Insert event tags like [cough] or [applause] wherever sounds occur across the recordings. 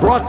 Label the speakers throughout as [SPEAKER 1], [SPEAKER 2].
[SPEAKER 1] brought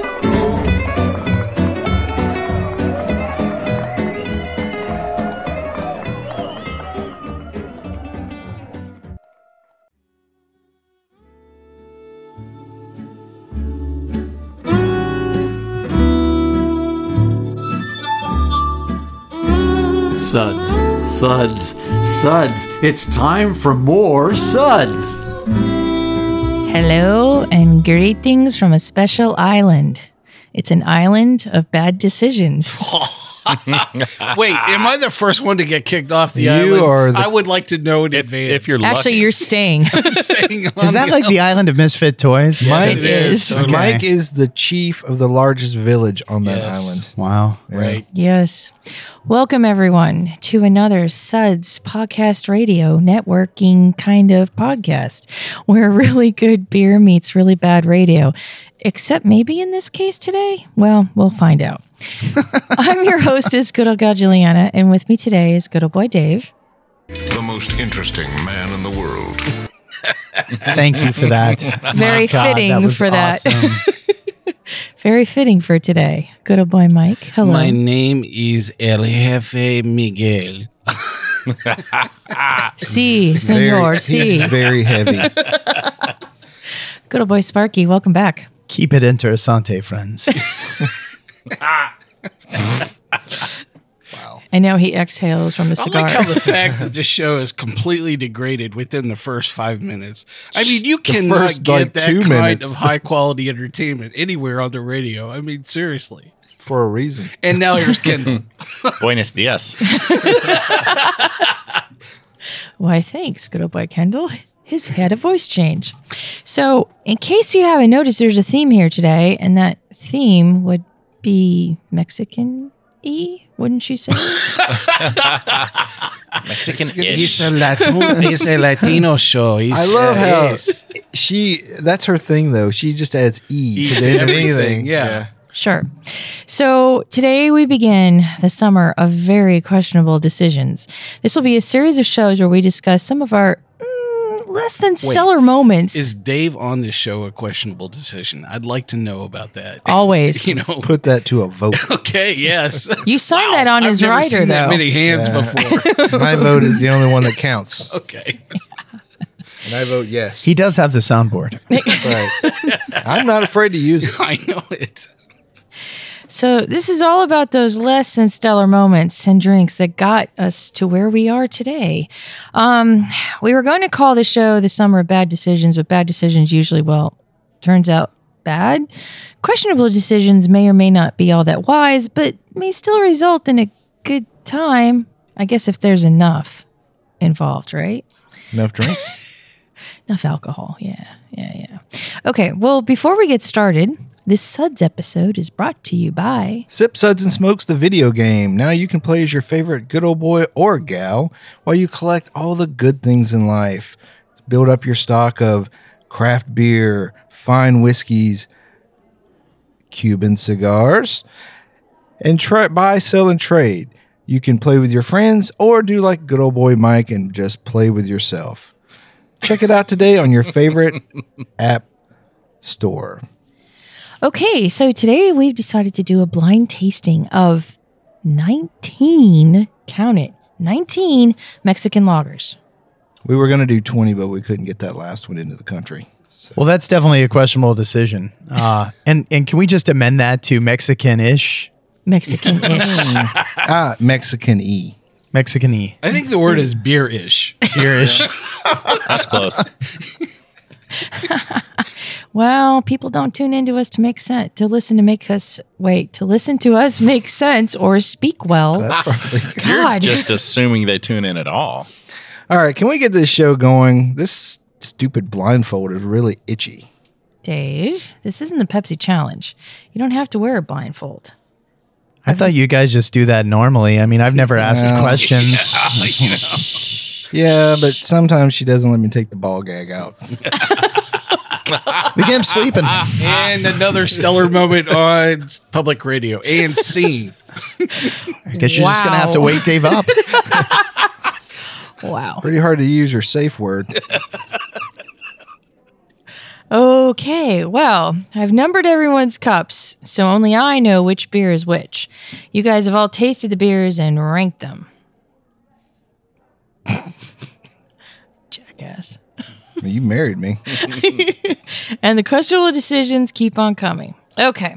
[SPEAKER 1] Suds, suds, suds. It's time for more suds.
[SPEAKER 2] Hello and greetings from a special island. It's an island of bad decisions.
[SPEAKER 3] Wait, am I the first one to get kicked off the
[SPEAKER 4] You
[SPEAKER 3] island?
[SPEAKER 4] are the-
[SPEAKER 3] I would like to know in
[SPEAKER 5] If,
[SPEAKER 3] advance.
[SPEAKER 5] if you're lucky.
[SPEAKER 2] Actually, you're staying.
[SPEAKER 3] staying on
[SPEAKER 6] Is that
[SPEAKER 3] the
[SPEAKER 6] like the island of misfit toys?
[SPEAKER 3] Yes,
[SPEAKER 4] Mike
[SPEAKER 2] it is.
[SPEAKER 6] Okay.
[SPEAKER 4] Mike is the chief of the largest village on that
[SPEAKER 3] Yes.
[SPEAKER 4] island.
[SPEAKER 6] Wow.
[SPEAKER 3] right?
[SPEAKER 2] yes. Welcome, everyone, to another Suds Podcast Radio networking kind of podcast where really good beer meets really bad radio. Except maybe in this case today. Well, we'll find out. I'm your hostess, good old gal Juliana, and with me today is good old boy Dave.
[SPEAKER 7] the most interesting man in the world.
[SPEAKER 6] Thank you
[SPEAKER 4] [laughs]
[SPEAKER 6] for that.
[SPEAKER 2] Very
[SPEAKER 6] God,
[SPEAKER 2] fitting
[SPEAKER 6] was
[SPEAKER 2] for that.
[SPEAKER 6] awesome.
[SPEAKER 2] [laughs] Very fitting for today. Good old boy Mike. Hello.
[SPEAKER 3] My name is El Jefe Miguel.
[SPEAKER 2] Si, senor,
[SPEAKER 4] Very, he's
[SPEAKER 2] si.
[SPEAKER 4] very heavy.
[SPEAKER 2] Good old boy Sparky, welcome back.
[SPEAKER 6] Keep it interessante, friends.
[SPEAKER 2] And now he exhales from the
[SPEAKER 4] Oh,
[SPEAKER 3] I
[SPEAKER 2] cigar.
[SPEAKER 3] like how the [laughs] fact that this show is completely degraded within the first five minutes. I mean, you cannot
[SPEAKER 4] first,
[SPEAKER 3] get
[SPEAKER 4] like,
[SPEAKER 3] that
[SPEAKER 4] two
[SPEAKER 3] kind
[SPEAKER 4] minutes. [laughs]
[SPEAKER 3] of high quality entertainment anywhere on the radio. I mean, seriously.
[SPEAKER 4] for a reason.
[SPEAKER 3] And now here's
[SPEAKER 4] [laughs]
[SPEAKER 3] Kendall.
[SPEAKER 5] Buenos dias.
[SPEAKER 2] Why, thanks, good old boy Kendall. His had a voice change. So, in case you haven't noticed, there's a theme here today, and that theme would be Mexican y, wouldn't you say?
[SPEAKER 5] Mexican
[SPEAKER 3] Latino, he's a Latino show. He's,
[SPEAKER 4] I love how she. That's her thing, though. She just adds e, to
[SPEAKER 3] to
[SPEAKER 4] the end of
[SPEAKER 3] everything,
[SPEAKER 4] anything.
[SPEAKER 3] yeah.
[SPEAKER 2] Sure. So today we begin the summer of very questionable decisions. This will be a series of shows where we discuss some of our mm, less than stellar moments.
[SPEAKER 3] Is Dave on this show a questionable decision? I'd like to know about that.
[SPEAKER 2] Always.
[SPEAKER 3] [laughs] you know.
[SPEAKER 4] Put that to a vote.
[SPEAKER 3] Okay. Yes. [laughs]
[SPEAKER 2] you signed that on
[SPEAKER 3] I've
[SPEAKER 2] his
[SPEAKER 3] never
[SPEAKER 2] rider,
[SPEAKER 3] seen
[SPEAKER 2] though.
[SPEAKER 3] that many hands [laughs] before.
[SPEAKER 4] My vote is the only one that counts,
[SPEAKER 3] okay.
[SPEAKER 4] and I vote yes.
[SPEAKER 6] he does have the soundboard.
[SPEAKER 4] Right. I'm not afraid to use it.
[SPEAKER 3] I know it.
[SPEAKER 2] So this is all about those less than stellar moments and drinks that got us to where we are today. Um, we were going to call the show the summer of bad decisions, but bad decisions usually, well, turns out bad. Questionable decisions may or may not be all that wise, but may still result in a good time. I guess if there's enough involved, right?
[SPEAKER 4] Enough drinks.
[SPEAKER 2] Enough alcohol. Yeah, yeah, yeah. Okay, well, before we get started, this Suds episode is brought to you by.
[SPEAKER 4] Sip Suds and Smokes the video game. Now you can play as your favorite good old boy or gal while you collect all the good things in life. Build up your stock of craft beer, fine whiskeys, Cuban cigars, and try, buy, sell, and trade. You can play with your friends or do like good old boy Mike and just play with yourself. Check it out today on your favorite app store.
[SPEAKER 2] Okay, so today we've decided to do a blind tasting of 19, count it, 19 Mexican lagers.
[SPEAKER 4] We were going to do 20, but we couldn't get that last one into the country.
[SPEAKER 6] Well, that's definitely a questionable decision. Uh, and and can we just amend that to Mexican-ish,
[SPEAKER 2] Mexican ish.
[SPEAKER 4] Ah, Mexican E.
[SPEAKER 6] Mexican-y,
[SPEAKER 3] I think the word is beer-ish. [laughs]
[SPEAKER 6] beer-ish?
[SPEAKER 5] That's close.
[SPEAKER 2] well, people don't tune into us to make sense, to listen to make us, wait, to listen to us make sense or speak well. [laughs] God.
[SPEAKER 5] Just assuming they tune in at all.
[SPEAKER 4] All right, can we get this show going? This stupid blindfold is really itchy.
[SPEAKER 2] Dave, this isn't the Pepsi challenge. You don't have to wear a blindfold.
[SPEAKER 6] I thought you guys just do that normally. I mean, I've never asked
[SPEAKER 4] No.
[SPEAKER 6] questions.
[SPEAKER 4] Yeah, but sometimes she doesn't let me take the ball gag out.
[SPEAKER 6] The game's sleeping.
[SPEAKER 3] And another stellar moment on public radio and scene.
[SPEAKER 6] I guess you're just gonna have to
[SPEAKER 2] Wow.
[SPEAKER 6] wake Dave up.
[SPEAKER 2] Wow.
[SPEAKER 4] Pretty hard to use your safe
[SPEAKER 6] [laughs]
[SPEAKER 4] word.
[SPEAKER 2] Okay, well, I've numbered everyone's cups, so only I know which beer is which. You guys have all tasted the beers and ranked them. Jackass.
[SPEAKER 4] you married me.
[SPEAKER 2] And the questionable decisions keep on coming. Okay.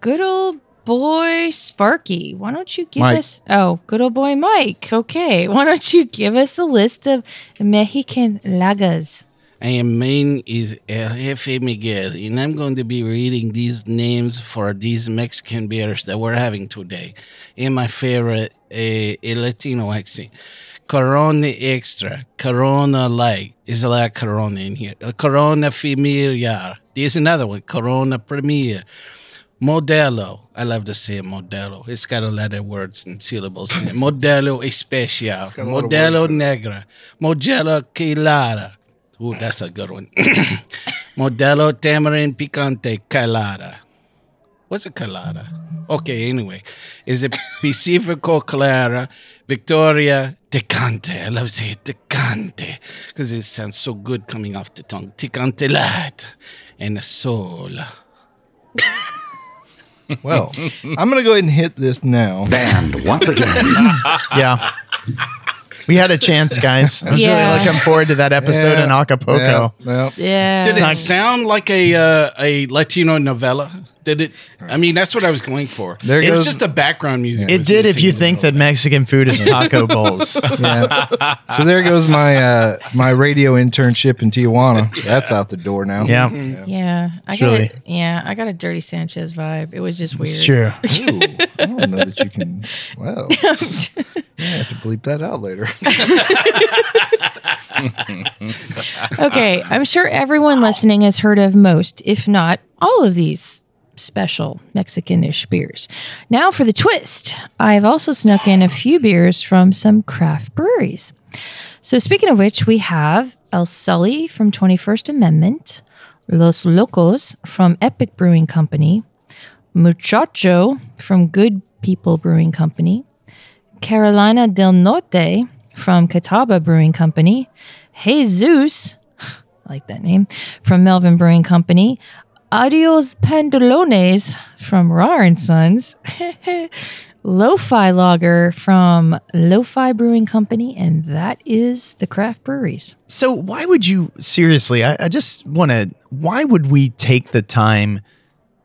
[SPEAKER 2] Good old boy Sparky, why don't you give
[SPEAKER 6] Mike.
[SPEAKER 2] us oh, good old boy Mike. Okay. Why don't you give us a list of Mexican lagers?
[SPEAKER 3] I am mine is eh, El Jefe Miguel, and I'm going to be reading these names for these Mexican beers that we're having today. In my favorite, a, a Latino accent. Corona Extra, Corona Light. There's a lot of Corona in here. Uh, Corona Familiar. There's another one, Corona Premier. Modelo. I love to say Modelo. It's got a lot of words and syllables in it. Modelo Especial. Modelo Negra. Modelo Quilada. Ooh, that's a good one. [coughs] Modelo Tamarind Picante Calada. What's a calada? Okay, anyway. Is it Pacifico Clara, Victoria Tecante? I love to say Tecante because it sounds so good coming off the tongue. Tecante Light and Sol.
[SPEAKER 4] [laughs] Well, I'm going to go ahead and hit this
[SPEAKER 6] [laughs]
[SPEAKER 4] now.
[SPEAKER 1] Banned once again.
[SPEAKER 6] yeah. We had a chance, guys. I was
[SPEAKER 2] Yeah.
[SPEAKER 6] really looking forward to that episode in Acapulco.
[SPEAKER 4] Yeah, yeah.
[SPEAKER 2] Yeah.
[SPEAKER 3] Did it sound like a uh, a Latino novella? Did it? I mean, that's what I was going for.
[SPEAKER 4] There
[SPEAKER 3] it
[SPEAKER 4] goes-
[SPEAKER 3] was just the background music.
[SPEAKER 6] It
[SPEAKER 3] was
[SPEAKER 6] did if
[SPEAKER 3] missing
[SPEAKER 6] you
[SPEAKER 3] in the
[SPEAKER 6] think that
[SPEAKER 3] middle.
[SPEAKER 6] Mexican
[SPEAKER 3] [laughs]
[SPEAKER 6] food is taco bowls.
[SPEAKER 4] Yeah. So there goes my uh, my radio internship in Tijuana. That's out the door now.
[SPEAKER 6] Yeah,
[SPEAKER 2] Yeah, I
[SPEAKER 6] Truly.
[SPEAKER 2] got a, yeah, I got a dirty Sanchez vibe. It was just weird.
[SPEAKER 6] it's true.
[SPEAKER 4] Ooh, I don't know that you can.
[SPEAKER 6] [laughs]
[SPEAKER 4] Well, [laughs] I have to bleep that out later. [laughs]
[SPEAKER 2] Okay, I'm sure everyone listening has heard of most, if not all of these special Mexican-ish beers. Now for the twist. I've also snuck in a few beers from some craft breweries. So speaking of which, we have El Sully from 21st Amendment, Los Locos from Epic Brewing Company, Muchacho from Good People Brewing Company, Carolina del Norte from Catawba Brewing Company, Jesus, I like that name, from Melvin Brewing Company, Adios Pandolones from Rar and Sons, [laughs] Lo-Fi Lager from Lo-Fi Brewing Company, and that is the craft breweries.
[SPEAKER 6] So why would you seriously? I, I just want to. Why would we take the time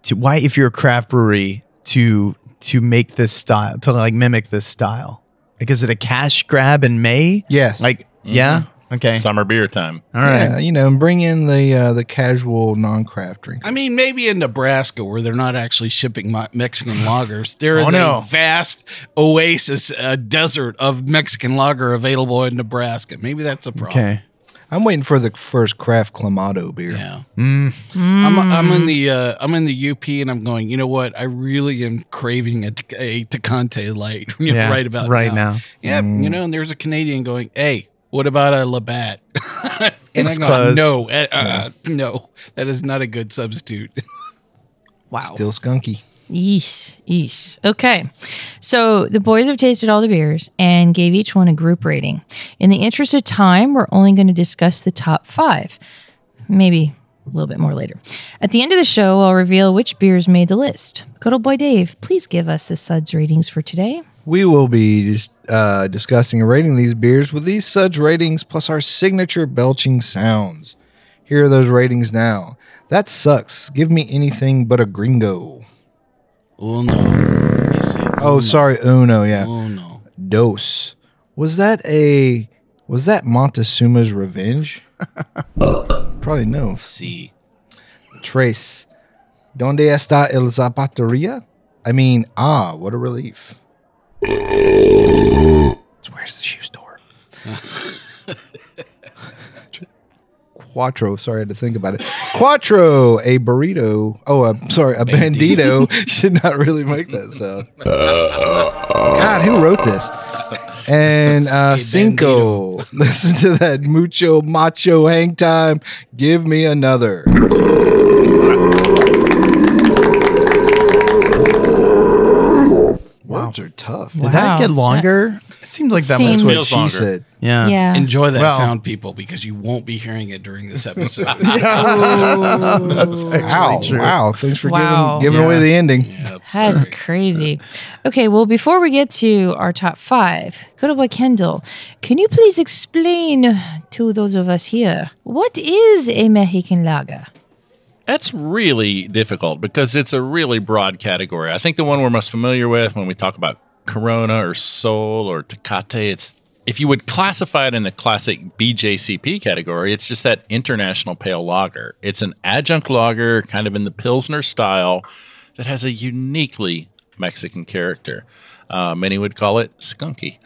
[SPEAKER 6] to? Why, if you're a craft brewery, to to make this style to like mimic this style? Like, is it a cash grab in May?
[SPEAKER 4] Yes.
[SPEAKER 6] Like, yeah. Okay.
[SPEAKER 5] Summer beer time.
[SPEAKER 6] All right.
[SPEAKER 4] Yeah, you know, and bring in the uh, the casual non craft drinker.
[SPEAKER 3] I mean, maybe in Nebraska, where they're not actually shipping mo- Mexican lagers, there is
[SPEAKER 6] Oh, no.
[SPEAKER 3] a vast oasis, uh, desert of Mexican lager available in Nebraska. Maybe that's a problem.
[SPEAKER 6] Okay.
[SPEAKER 4] I'm waiting for the first craft clamato beer.
[SPEAKER 3] Yeah.
[SPEAKER 6] Mm.
[SPEAKER 3] I'm, I'm in the uh, I'm in the UP and I'm going. You know what? I really am craving a, Tec- a Tecate light [laughs] you know,
[SPEAKER 6] Yeah,
[SPEAKER 3] right about
[SPEAKER 6] right now. Mm.
[SPEAKER 3] Yeah, you know, and there's a Canadian going. Hey, what about a Labatt? [laughs] and
[SPEAKER 6] It's
[SPEAKER 3] I'm
[SPEAKER 6] close.
[SPEAKER 3] going, no, uh, uh, [laughs] no, that is not a good substitute. [laughs]
[SPEAKER 2] Wow.
[SPEAKER 4] Still skunky.
[SPEAKER 2] Yeesh, yeesh. Okay. So the boys have tasted all the beers and gave each one a group rating. In the interest of time, we're only going to discuss the top five, maybe a little bit more later. At the end of the show, I'll reveal which beers made the list. Good old boy Dave, please give us the suds ratings for today.
[SPEAKER 4] We will be just, uh, discussing and rating these beers with these suds ratings plus our signature belching sounds. Here are those ratings now. That sucks. Give me anything but a gringo.
[SPEAKER 3] oh no! He said,
[SPEAKER 4] Oh, sorry. Uno, yeah.
[SPEAKER 3] Oh no!
[SPEAKER 4] Dos. Was that a. Was that Montezuma's Revenge? Probably no.
[SPEAKER 3] See,
[SPEAKER 4] Trace. Donde está el Zapateria? I mean, ah, what a relief. It's where's the shoe store? Quattro, sorry, I had to think about it. Quattro, a burrito. Oh, I'm sorry, a bandito [laughs] should not really make that sound. God, who wrote this? And uh, Cinco, [laughs] listen to that mucho macho hang time. Give me another. stuff.
[SPEAKER 6] Did
[SPEAKER 2] Wow.
[SPEAKER 6] that get longer? It seems like that
[SPEAKER 2] Seems-
[SPEAKER 6] was.
[SPEAKER 4] That's what
[SPEAKER 5] Feels
[SPEAKER 4] she
[SPEAKER 5] longer.
[SPEAKER 4] said.
[SPEAKER 6] Yeah.
[SPEAKER 2] Yeah.
[SPEAKER 3] Enjoy that
[SPEAKER 4] Well-
[SPEAKER 3] sound, people, because you won't be hearing it during this episode.
[SPEAKER 6] [laughs] That's actually
[SPEAKER 4] Wow,
[SPEAKER 6] true.
[SPEAKER 4] wow! Thanks for
[SPEAKER 2] Wow.
[SPEAKER 4] giving giving away
[SPEAKER 6] Yeah.
[SPEAKER 4] the ending.
[SPEAKER 3] Yep,
[SPEAKER 2] That's
[SPEAKER 3] sorry.
[SPEAKER 2] crazy. Okay, well, before we get to our top five, good old boy Kendall, can you please explain to those of us here what is a Mexican lager?
[SPEAKER 5] That's really difficult because it's a really broad category. I think the one we're most familiar with when we talk about Corona or Sol or Tecate, it's if you would classify it in the classic BJCP category, it's just that international pale lager. It's an adjunct lager, kind of in the Pilsner style, that has a uniquely Mexican character. Uh, many would call it skunky.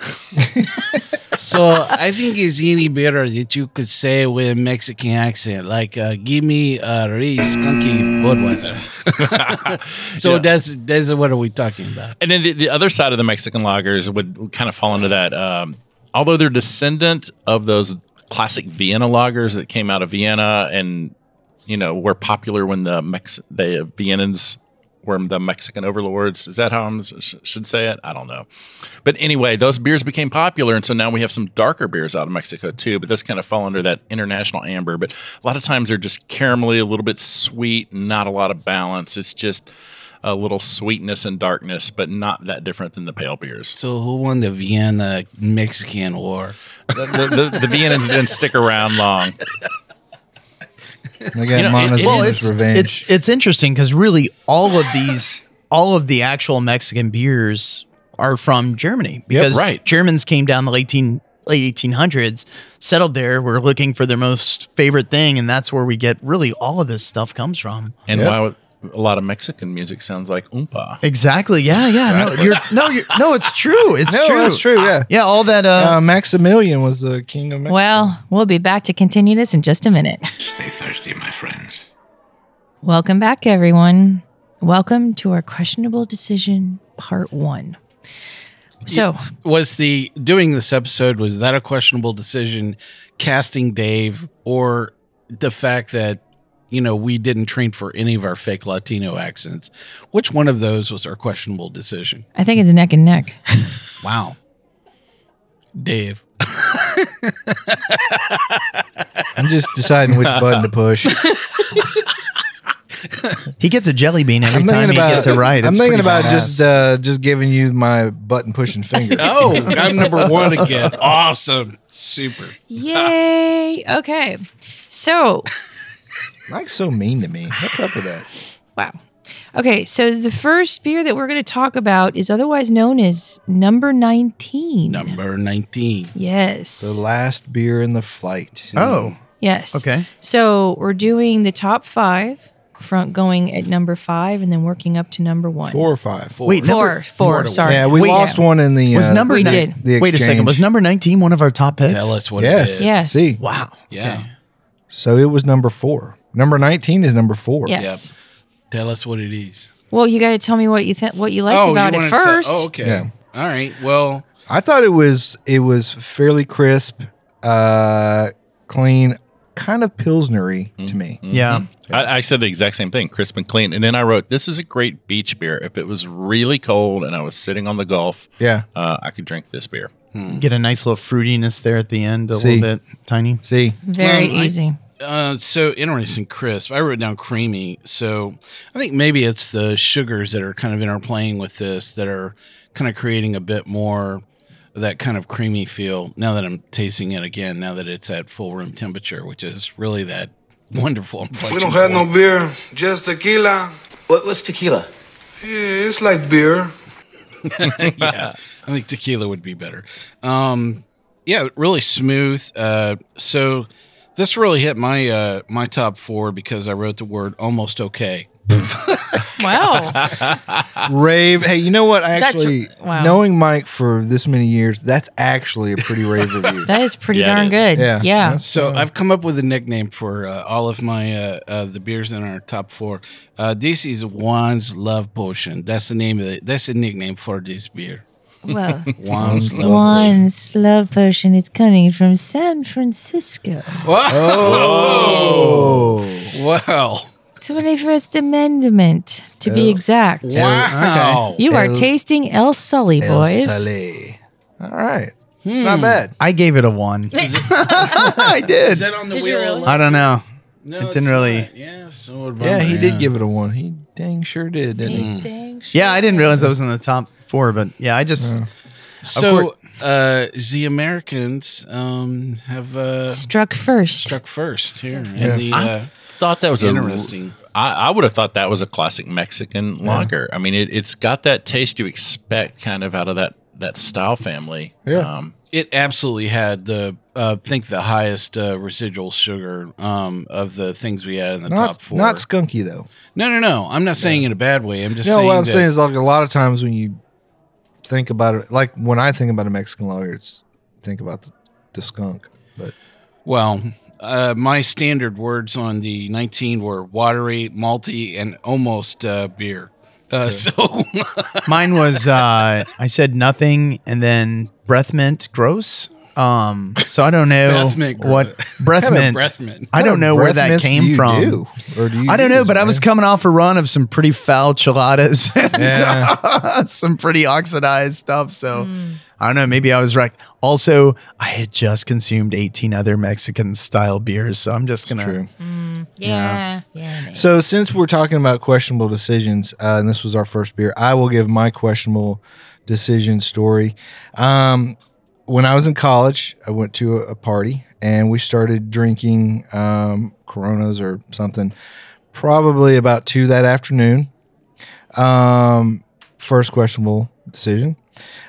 [SPEAKER 3] So I think it's any better that you could say with a Mexican accent, like uh, "Give me a really skunky Budweiser." [laughs] so that's that's what are we talking about?
[SPEAKER 5] And then the, the other side of the Mexican lagers would, would kind of fall into that. Um, although they're descendant of those classic Vienna lagers that came out of Vienna and, you know, were popular when the Mex- the Viennans were the Mexican overlords. Is that how I sh- should say it? I don't know. But anyway, those beers became popular. And so now we have some darker beers out of Mexico too, but those kind of fall under that international amber. But a lot of times they're just caramelly, a little bit sweet, not a lot of balance. It's just a little sweetness and darkness, but not that different than the pale beers.
[SPEAKER 3] So who won the Vienna Mexican War?
[SPEAKER 5] [laughs] The, the, the, the Viennans didn't stick around long.
[SPEAKER 4] They got
[SPEAKER 5] You know, it-
[SPEAKER 4] Montezuma's
[SPEAKER 5] it
[SPEAKER 6] well,
[SPEAKER 5] is
[SPEAKER 6] it's,
[SPEAKER 4] revenge.
[SPEAKER 6] it's it's interesting because really all of these all of the actual Mexican beers are from Germany because
[SPEAKER 5] right.
[SPEAKER 6] Germans came down the late 18, late 1800s, settled there, were looking for their most favorite thing, and that's where we get really all of this stuff comes from.
[SPEAKER 5] And
[SPEAKER 4] Yeah.
[SPEAKER 5] why a lot of Mexican music sounds like oompa.
[SPEAKER 6] Exactly. Yeah. Yeah. No. You're, no. You're, no. It's true. It's
[SPEAKER 4] [laughs] no,
[SPEAKER 6] true.
[SPEAKER 4] that's true. Yeah.
[SPEAKER 6] Yeah. All that. Uh,
[SPEAKER 4] Uh, Maximilian was the king of Mexico.
[SPEAKER 2] Well, we'll be back to continue this in just a minute.
[SPEAKER 7] Stay thirsty, my friends.
[SPEAKER 2] Welcome back, everyone. Welcome to our questionable decision part one. So,
[SPEAKER 3] Was the doing this episode was that a questionable decision? Casting Dave or the fact that you know we didn't train for any of our fake Latino accents? Which one of those was our questionable decision?
[SPEAKER 2] I think it's neck and neck.
[SPEAKER 3] Wow, Dave.
[SPEAKER 4] I'm just deciding
[SPEAKER 6] [laughs]
[SPEAKER 4] which button to push.
[SPEAKER 6] he gets a jelly bean every
[SPEAKER 4] I'm
[SPEAKER 6] time
[SPEAKER 4] thinking
[SPEAKER 6] he
[SPEAKER 4] about.
[SPEAKER 6] gets it right.
[SPEAKER 4] I'm
[SPEAKER 6] It's
[SPEAKER 4] thinking
[SPEAKER 6] pretty
[SPEAKER 4] about
[SPEAKER 6] badass.
[SPEAKER 4] just uh, just giving you my button pushing
[SPEAKER 6] [laughs]
[SPEAKER 4] finger.
[SPEAKER 3] Oh, [laughs] I'm number one again. Awesome. Super.
[SPEAKER 2] Yay. Okay. So,
[SPEAKER 4] Mike's so mean to me. What's up with that?
[SPEAKER 2] Wow. Okay, so the first beer that we're going to talk about is otherwise known as number 19.
[SPEAKER 3] Number 19.
[SPEAKER 2] Yes.
[SPEAKER 4] The last beer in the flight.
[SPEAKER 6] Oh.
[SPEAKER 2] yes.
[SPEAKER 6] Okay.
[SPEAKER 2] So we're doing the top five, front going at number five and then working up to number one.
[SPEAKER 4] Four or five. Four.
[SPEAKER 6] Wait.
[SPEAKER 2] Four,
[SPEAKER 6] number-
[SPEAKER 2] four, sorry.
[SPEAKER 4] Yeah, we
[SPEAKER 6] Wait,
[SPEAKER 4] lost one in the.
[SPEAKER 6] Was
[SPEAKER 4] uh,
[SPEAKER 6] number
[SPEAKER 2] We
[SPEAKER 6] nine-
[SPEAKER 2] did.
[SPEAKER 4] The
[SPEAKER 6] Wait a second.
[SPEAKER 4] exchange.
[SPEAKER 6] Was number 19 one of our top picks?
[SPEAKER 3] Tell us what it
[SPEAKER 4] Yes.
[SPEAKER 3] is.
[SPEAKER 2] Yes.
[SPEAKER 4] See.
[SPEAKER 6] Wow.
[SPEAKER 3] Yeah.
[SPEAKER 4] So it was number four. Number 19 is number four.
[SPEAKER 2] Yes.
[SPEAKER 3] Tell us what it is.
[SPEAKER 2] Well, you got to tell me what you think, what you liked about it
[SPEAKER 3] wanted to Oh, tell-
[SPEAKER 2] first.
[SPEAKER 3] oh, okay.
[SPEAKER 4] Yeah.
[SPEAKER 3] All right. Well,
[SPEAKER 4] I thought it was it was fairly crisp, uh, clean, kind of pilsnery to me.
[SPEAKER 6] Yeah.
[SPEAKER 5] I, I said the exact same thing, crisp and clean. And then I wrote, This is a great beach beer. If it was really cold and I was sitting on the Gulf,
[SPEAKER 4] Yeah.
[SPEAKER 5] uh, I could drink this beer.
[SPEAKER 6] Get a nice little fruitiness there at the end, a
[SPEAKER 4] See.
[SPEAKER 6] little bit tiny.
[SPEAKER 4] See,
[SPEAKER 2] Very
[SPEAKER 3] Well, I- [laughs]
[SPEAKER 2] easy.
[SPEAKER 3] uh, so interesting, crisp. I wrote down creamy. So I think maybe it's the sugars that are kind of interplaying with this that are kind of creating a bit more of that kind of creamy feel now that I'm tasting it again, now that it's at full room temperature, which is really that wonderful.
[SPEAKER 8] We don't have no beer, just tequila.
[SPEAKER 9] What was tequila?
[SPEAKER 8] Yeah, it's like beer.
[SPEAKER 3] I think tequila would be better. Um, yeah, really smooth. Uh, so this really hit my uh, my top four because I wrote the word almost okay.
[SPEAKER 2] Wow.
[SPEAKER 4] Ah. rave. Hey, you know what? I
[SPEAKER 2] That's-
[SPEAKER 4] actually,
[SPEAKER 2] wow.
[SPEAKER 4] knowing Mike for this many years, that's actually a pretty
[SPEAKER 2] [laughs]
[SPEAKER 4] rave review.
[SPEAKER 2] that is pretty
[SPEAKER 5] Yeah, it
[SPEAKER 2] darn
[SPEAKER 5] is.
[SPEAKER 2] good.
[SPEAKER 4] Yeah.
[SPEAKER 2] Yeah.
[SPEAKER 3] [laughs] So
[SPEAKER 6] Mm.
[SPEAKER 3] I've come up with a nickname for uh, all of my uh, uh, the beers in our top four. Uh, this is Juan's Love Potion. That's the name of it. That's the nickname for this beer.
[SPEAKER 2] Well,
[SPEAKER 3] Juan's Love Potion.
[SPEAKER 2] Juan's love potion is coming from San Francisco.
[SPEAKER 3] Wow!
[SPEAKER 4] oh,
[SPEAKER 3] [laughs] Wow!
[SPEAKER 2] 21st Amendment to be exact.
[SPEAKER 3] Wow.
[SPEAKER 2] You are
[SPEAKER 4] El-
[SPEAKER 2] tasting El Sully,
[SPEAKER 4] El
[SPEAKER 2] boys.
[SPEAKER 4] Salé. All right. It's not bad.
[SPEAKER 6] I gave it
[SPEAKER 3] [laughs]
[SPEAKER 6] a one. [laughs] I did.
[SPEAKER 3] Is that on the
[SPEAKER 2] Did you
[SPEAKER 3] wheel?
[SPEAKER 2] really?
[SPEAKER 6] I don't know.
[SPEAKER 3] No,
[SPEAKER 6] it
[SPEAKER 3] it's
[SPEAKER 6] didn't really.
[SPEAKER 3] not. Yeah, so would
[SPEAKER 4] Yeah,
[SPEAKER 3] Bummer,
[SPEAKER 4] he did give it a one. He dang sure did, didn't
[SPEAKER 3] Mm.
[SPEAKER 4] he?
[SPEAKER 2] Dang sure.
[SPEAKER 6] Yeah, I didn't realize that was in the top four, but yeah, I just
[SPEAKER 3] [laughs] So uh, the Americans um, have uh,
[SPEAKER 2] Struck first.
[SPEAKER 3] struck first here.
[SPEAKER 4] Yeah.
[SPEAKER 3] In the, uh,
[SPEAKER 5] thought that was
[SPEAKER 3] Interesting.
[SPEAKER 5] A, I, I would have thought that was a classic Mexican lager. I mean, it, it's got that taste you expect kind of out of that that style family.
[SPEAKER 4] Yeah.
[SPEAKER 5] Um,
[SPEAKER 3] it absolutely had the uh, I think the highest uh, residual sugar um, of the things we had in the
[SPEAKER 4] Not,
[SPEAKER 3] top four.
[SPEAKER 4] not skunky though.
[SPEAKER 3] no, no, no. I'm not saying in a bad way. I'm just
[SPEAKER 4] No,
[SPEAKER 3] saying
[SPEAKER 4] what I'm
[SPEAKER 3] that-
[SPEAKER 4] saying is like a lot of times when you think about it, like when I think about a Mexican lawyer, it's think about the, the skunk. But
[SPEAKER 3] Well, uh, my standard words on the 19 were watery, malty, and almost uh, beer. Uh, [laughs] So
[SPEAKER 6] mine was uh I said nothing and then breath mint gross. Um so I don't know
[SPEAKER 3] Breath mint gross.
[SPEAKER 6] what breath
[SPEAKER 4] Kind of
[SPEAKER 6] mint.
[SPEAKER 3] breath mint.
[SPEAKER 6] I don't
[SPEAKER 4] What
[SPEAKER 6] know where
[SPEAKER 4] breath
[SPEAKER 6] that
[SPEAKER 4] mints do
[SPEAKER 6] came
[SPEAKER 4] you
[SPEAKER 6] from.
[SPEAKER 4] do? Or do you
[SPEAKER 6] I don't know,
[SPEAKER 4] use,
[SPEAKER 6] but I was
[SPEAKER 4] man?
[SPEAKER 6] coming off a run of some pretty foul chiladas [laughs] and
[SPEAKER 4] Yeah.
[SPEAKER 6] [laughs] some pretty oxidized stuff. So I don't know. Maybe I was wrecked. Also, I had just consumed 18 other Mexican style beers. So I'm just going
[SPEAKER 4] True.
[SPEAKER 6] to.
[SPEAKER 2] Yeah. Yeah. mate.
[SPEAKER 4] So since we're talking about questionable decisions, uh, and this was our first beer, I will give my questionable decision story. Um, when I was in college, I went to a, a party and we started drinking um, Coronas or something, probably about two that afternoon. Um, first questionable decision.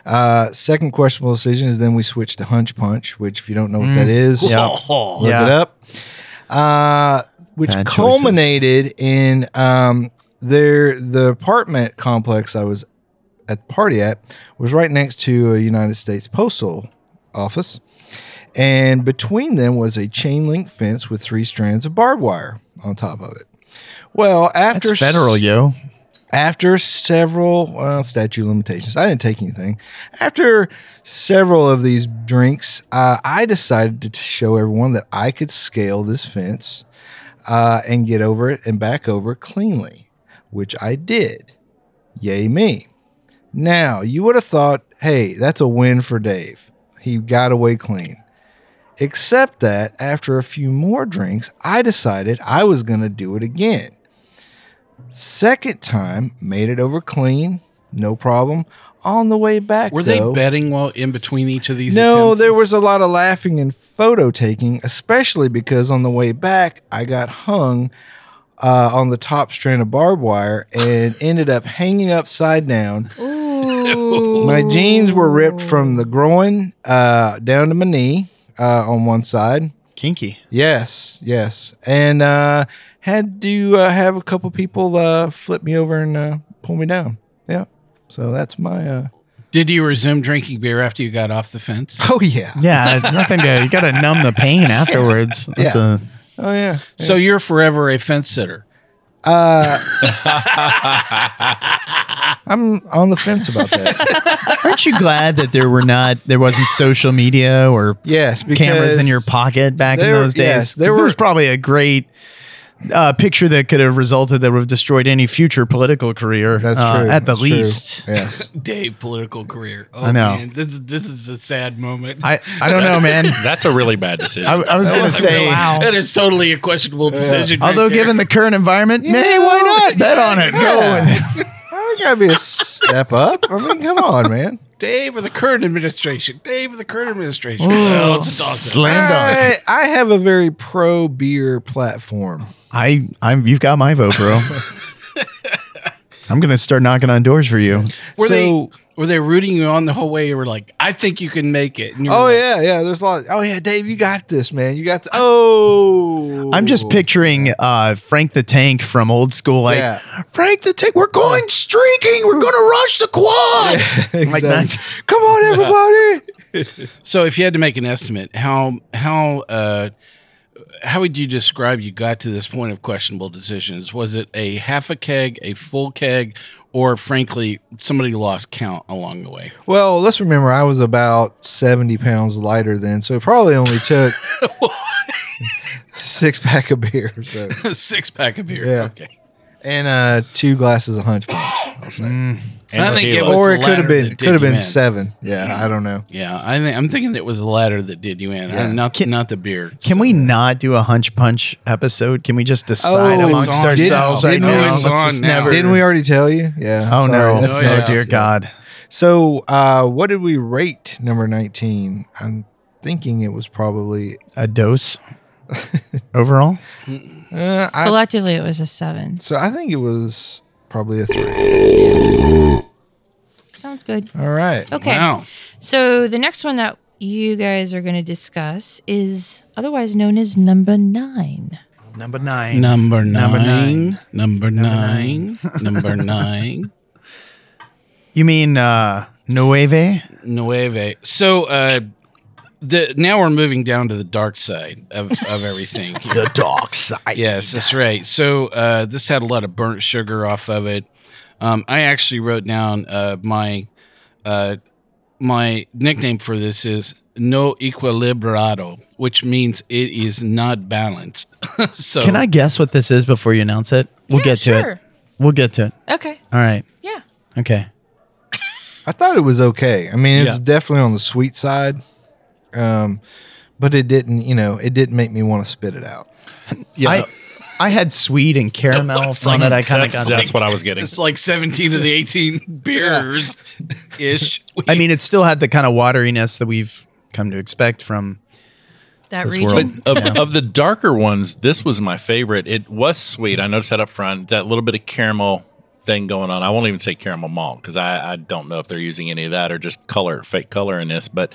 [SPEAKER 4] Uh, second questionable decision is then we switched to Hunch Punch, which if you don't know what that is, look
[SPEAKER 6] Yeah.
[SPEAKER 4] it up. Uh, which
[SPEAKER 6] Bad choices.
[SPEAKER 4] culminated in um, their the apartment complex I was at the party at was right next to a United States postal office, and between them was a chain link fence with three strands of barbed wire on top of it. Well, after
[SPEAKER 6] That's federal, yo.
[SPEAKER 4] after several well, statute of limitations, I didn't take anything. After several of these drinks, uh, I decided to t- show everyone that I could scale this fence uh, and get over it and back over cleanly, which I did. Yay me! Now you would have thought, hey, that's a win for Dave. He got away clean. Except that after a few more drinks, I decided I was going to do it again. Second time, made it over clean, no problem. On the way back,
[SPEAKER 3] were they
[SPEAKER 4] though-
[SPEAKER 3] betting while in between each of these?
[SPEAKER 4] No,
[SPEAKER 3] attempts?
[SPEAKER 4] there was a lot of laughing and photo taking, especially because on the way back, I got hung uh, on the top strand of barbed wire and ended up hanging upside down.
[SPEAKER 3] [laughs]
[SPEAKER 2] Ooh.
[SPEAKER 4] My jeans were ripped from the groin uh, down to my knee uh, on one side.
[SPEAKER 6] Kinky.
[SPEAKER 4] Yes, yes, and uh, had to uh, have a couple people uh, flip me over and uh, pull me down. Yeah, so that's my. Uh...
[SPEAKER 3] Did you resume drinking beer after you got off the fence?
[SPEAKER 6] [laughs]
[SPEAKER 4] Oh yeah,
[SPEAKER 6] Yeah. Nothing to. You got to numb the [laughs] pain afterwards. That's
[SPEAKER 4] Yeah.
[SPEAKER 6] a-
[SPEAKER 4] oh yeah.
[SPEAKER 3] So you're forever a fence sitter.
[SPEAKER 4] I'm on the fence about that.
[SPEAKER 6] aren't you glad that there were not, there wasn't social media or
[SPEAKER 4] yes, because
[SPEAKER 6] cameras in your pocket back in
[SPEAKER 4] there-
[SPEAKER 6] those days.
[SPEAKER 4] yes, there
[SPEAKER 6] 'Cause
[SPEAKER 4] were-
[SPEAKER 6] was probably a great uh, picture that could have resulted that would have destroyed any future political career.
[SPEAKER 4] That's
[SPEAKER 6] uh,
[SPEAKER 4] true.
[SPEAKER 6] at the
[SPEAKER 4] that's true.
[SPEAKER 6] least. [laughs]
[SPEAKER 4] Yes.
[SPEAKER 3] Dave, political career. Oh,
[SPEAKER 6] I know.
[SPEAKER 3] Man, this is this is a sad moment.
[SPEAKER 6] I, I don't know, man.
[SPEAKER 4] [laughs]
[SPEAKER 5] that's a really bad decision.
[SPEAKER 6] I, I was going to say,
[SPEAKER 3] [laughs] that is totally a questionable decision. right
[SPEAKER 6] although
[SPEAKER 3] there.
[SPEAKER 6] given the current environment,
[SPEAKER 4] You
[SPEAKER 6] hey, why
[SPEAKER 4] know,
[SPEAKER 6] not? Bet on it. Go with it.
[SPEAKER 4] I gotta be a step up. I mean, come on, man.
[SPEAKER 3] Dave of the current administration, Dave of the current administration. Oh, it's a dog.
[SPEAKER 6] Slam dunk.
[SPEAKER 4] I, I have a very pro beer platform.
[SPEAKER 6] I, I'm, you've got my vote, bro. I'm going to start knocking on doors for you.
[SPEAKER 3] Were
[SPEAKER 4] So-
[SPEAKER 3] they were they rooting you on the whole way? You were like, I think you can make it. And you were
[SPEAKER 4] Oh
[SPEAKER 3] like,
[SPEAKER 4] yeah, yeah. There's a lot. oh yeah, Dave, you got this, man. You got. The, oh,
[SPEAKER 6] I'm just picturing uh, Frank the Tank from old school, like
[SPEAKER 4] Yeah.
[SPEAKER 6] Frank the Tank. We're going streaking. We're going to rush
[SPEAKER 4] [laughs]
[SPEAKER 6] the quad. Like that.
[SPEAKER 4] Come
[SPEAKER 6] [laughs]
[SPEAKER 4] on, everybody.
[SPEAKER 3] So if you had to make an estimate, how how uh, how would you describe you got to this point of questionable decisions? Was it a half a keg, a full keg, or frankly, somebody lost count along the way? [laughs]
[SPEAKER 4] Well, let's remember I was about 70 pounds lighter then, so it probably only
[SPEAKER 6] [laughs]
[SPEAKER 4] took six pack of beer. So
[SPEAKER 3] Six pack of beer.
[SPEAKER 4] Yeah.
[SPEAKER 3] Okay.
[SPEAKER 4] and uh, two glasses of hunch punch. I'll say.
[SPEAKER 5] And
[SPEAKER 3] I think it
[SPEAKER 5] tequila.
[SPEAKER 3] was-
[SPEAKER 4] or it
[SPEAKER 3] the
[SPEAKER 4] could have
[SPEAKER 3] latter
[SPEAKER 4] been
[SPEAKER 3] that
[SPEAKER 4] could have
[SPEAKER 3] did you
[SPEAKER 4] been
[SPEAKER 3] in. Mm-hmm.
[SPEAKER 4] seven. Yeah, I don't know.
[SPEAKER 3] Yeah, I think I'm thinking it was the latter that did you in,
[SPEAKER 4] Yeah.
[SPEAKER 3] not
[SPEAKER 6] Can-
[SPEAKER 3] not the beer.
[SPEAKER 6] Can we not do a hunch punch episode? Can we just decide
[SPEAKER 3] Oh,
[SPEAKER 6] amongst
[SPEAKER 3] it's on
[SPEAKER 6] ourselves
[SPEAKER 3] now.
[SPEAKER 6] right
[SPEAKER 3] Didn't we-
[SPEAKER 6] now?
[SPEAKER 3] it's
[SPEAKER 6] Let's
[SPEAKER 3] on
[SPEAKER 6] just
[SPEAKER 3] now.
[SPEAKER 6] never-
[SPEAKER 4] Didn't we already tell you? Yeah.
[SPEAKER 6] Oh
[SPEAKER 4] sorry,
[SPEAKER 6] no!
[SPEAKER 4] that's
[SPEAKER 6] oh
[SPEAKER 4] next.
[SPEAKER 6] dear
[SPEAKER 4] Yeah.
[SPEAKER 6] God!
[SPEAKER 4] So, uh, what did we rate number nineteen? I'm thinking it was probably.
[SPEAKER 6] A dose overall.
[SPEAKER 4] Uh, I,
[SPEAKER 2] Collectively, it was a seven.
[SPEAKER 4] so I think it was probably a three.
[SPEAKER 2] Sounds good.
[SPEAKER 4] All right.
[SPEAKER 2] Okay.
[SPEAKER 3] Wow.
[SPEAKER 2] So the next one that you guys are going to discuss is otherwise known as number nine.
[SPEAKER 6] Number nine.
[SPEAKER 3] Number
[SPEAKER 6] Number
[SPEAKER 3] nine. Number nine. Number nine.
[SPEAKER 6] You mean uh, Nueve?
[SPEAKER 3] Nueve. So uh the now we're moving down to the dark side of, of everything.
[SPEAKER 6] The dark side.
[SPEAKER 3] yes, that's right. So uh this had a lot of burnt sugar off of it. Um I actually wrote down uh my uh my nickname for this is no equilibrado, which means it is not balanced. [laughs] so
[SPEAKER 6] Can I guess what this is before you announce it? We'll
[SPEAKER 2] Yeah,
[SPEAKER 6] get to
[SPEAKER 2] sure.
[SPEAKER 6] it. We'll get to it.
[SPEAKER 2] Okay.
[SPEAKER 6] All right.
[SPEAKER 2] Yeah.
[SPEAKER 6] Okay.
[SPEAKER 4] I thought it was okay. I mean, it's
[SPEAKER 6] Yeah.
[SPEAKER 4] definitely on the sweet side, um, but it didn't. You know, it didn't make me want to spit it out.
[SPEAKER 5] Yeah.
[SPEAKER 6] I I had sweet and caramel
[SPEAKER 5] It's
[SPEAKER 6] from it.
[SPEAKER 5] like-
[SPEAKER 6] I kind of
[SPEAKER 5] that's,
[SPEAKER 6] got.
[SPEAKER 5] that's what I was getting.
[SPEAKER 3] it's like seventeen of the
[SPEAKER 6] [laughs]
[SPEAKER 3] eighteen beers ish.
[SPEAKER 6] I mean, it still had the kind of wateriness that we've come to expect from.
[SPEAKER 2] That
[SPEAKER 6] This
[SPEAKER 2] region.
[SPEAKER 6] world.
[SPEAKER 5] Of, of the darker ones, this was my favorite. It was sweet. I noticed that up front, that little bit of caramel thing going on. I won't even say caramel malt because I, I don't know if they're using any of that or just color, fake color in this, but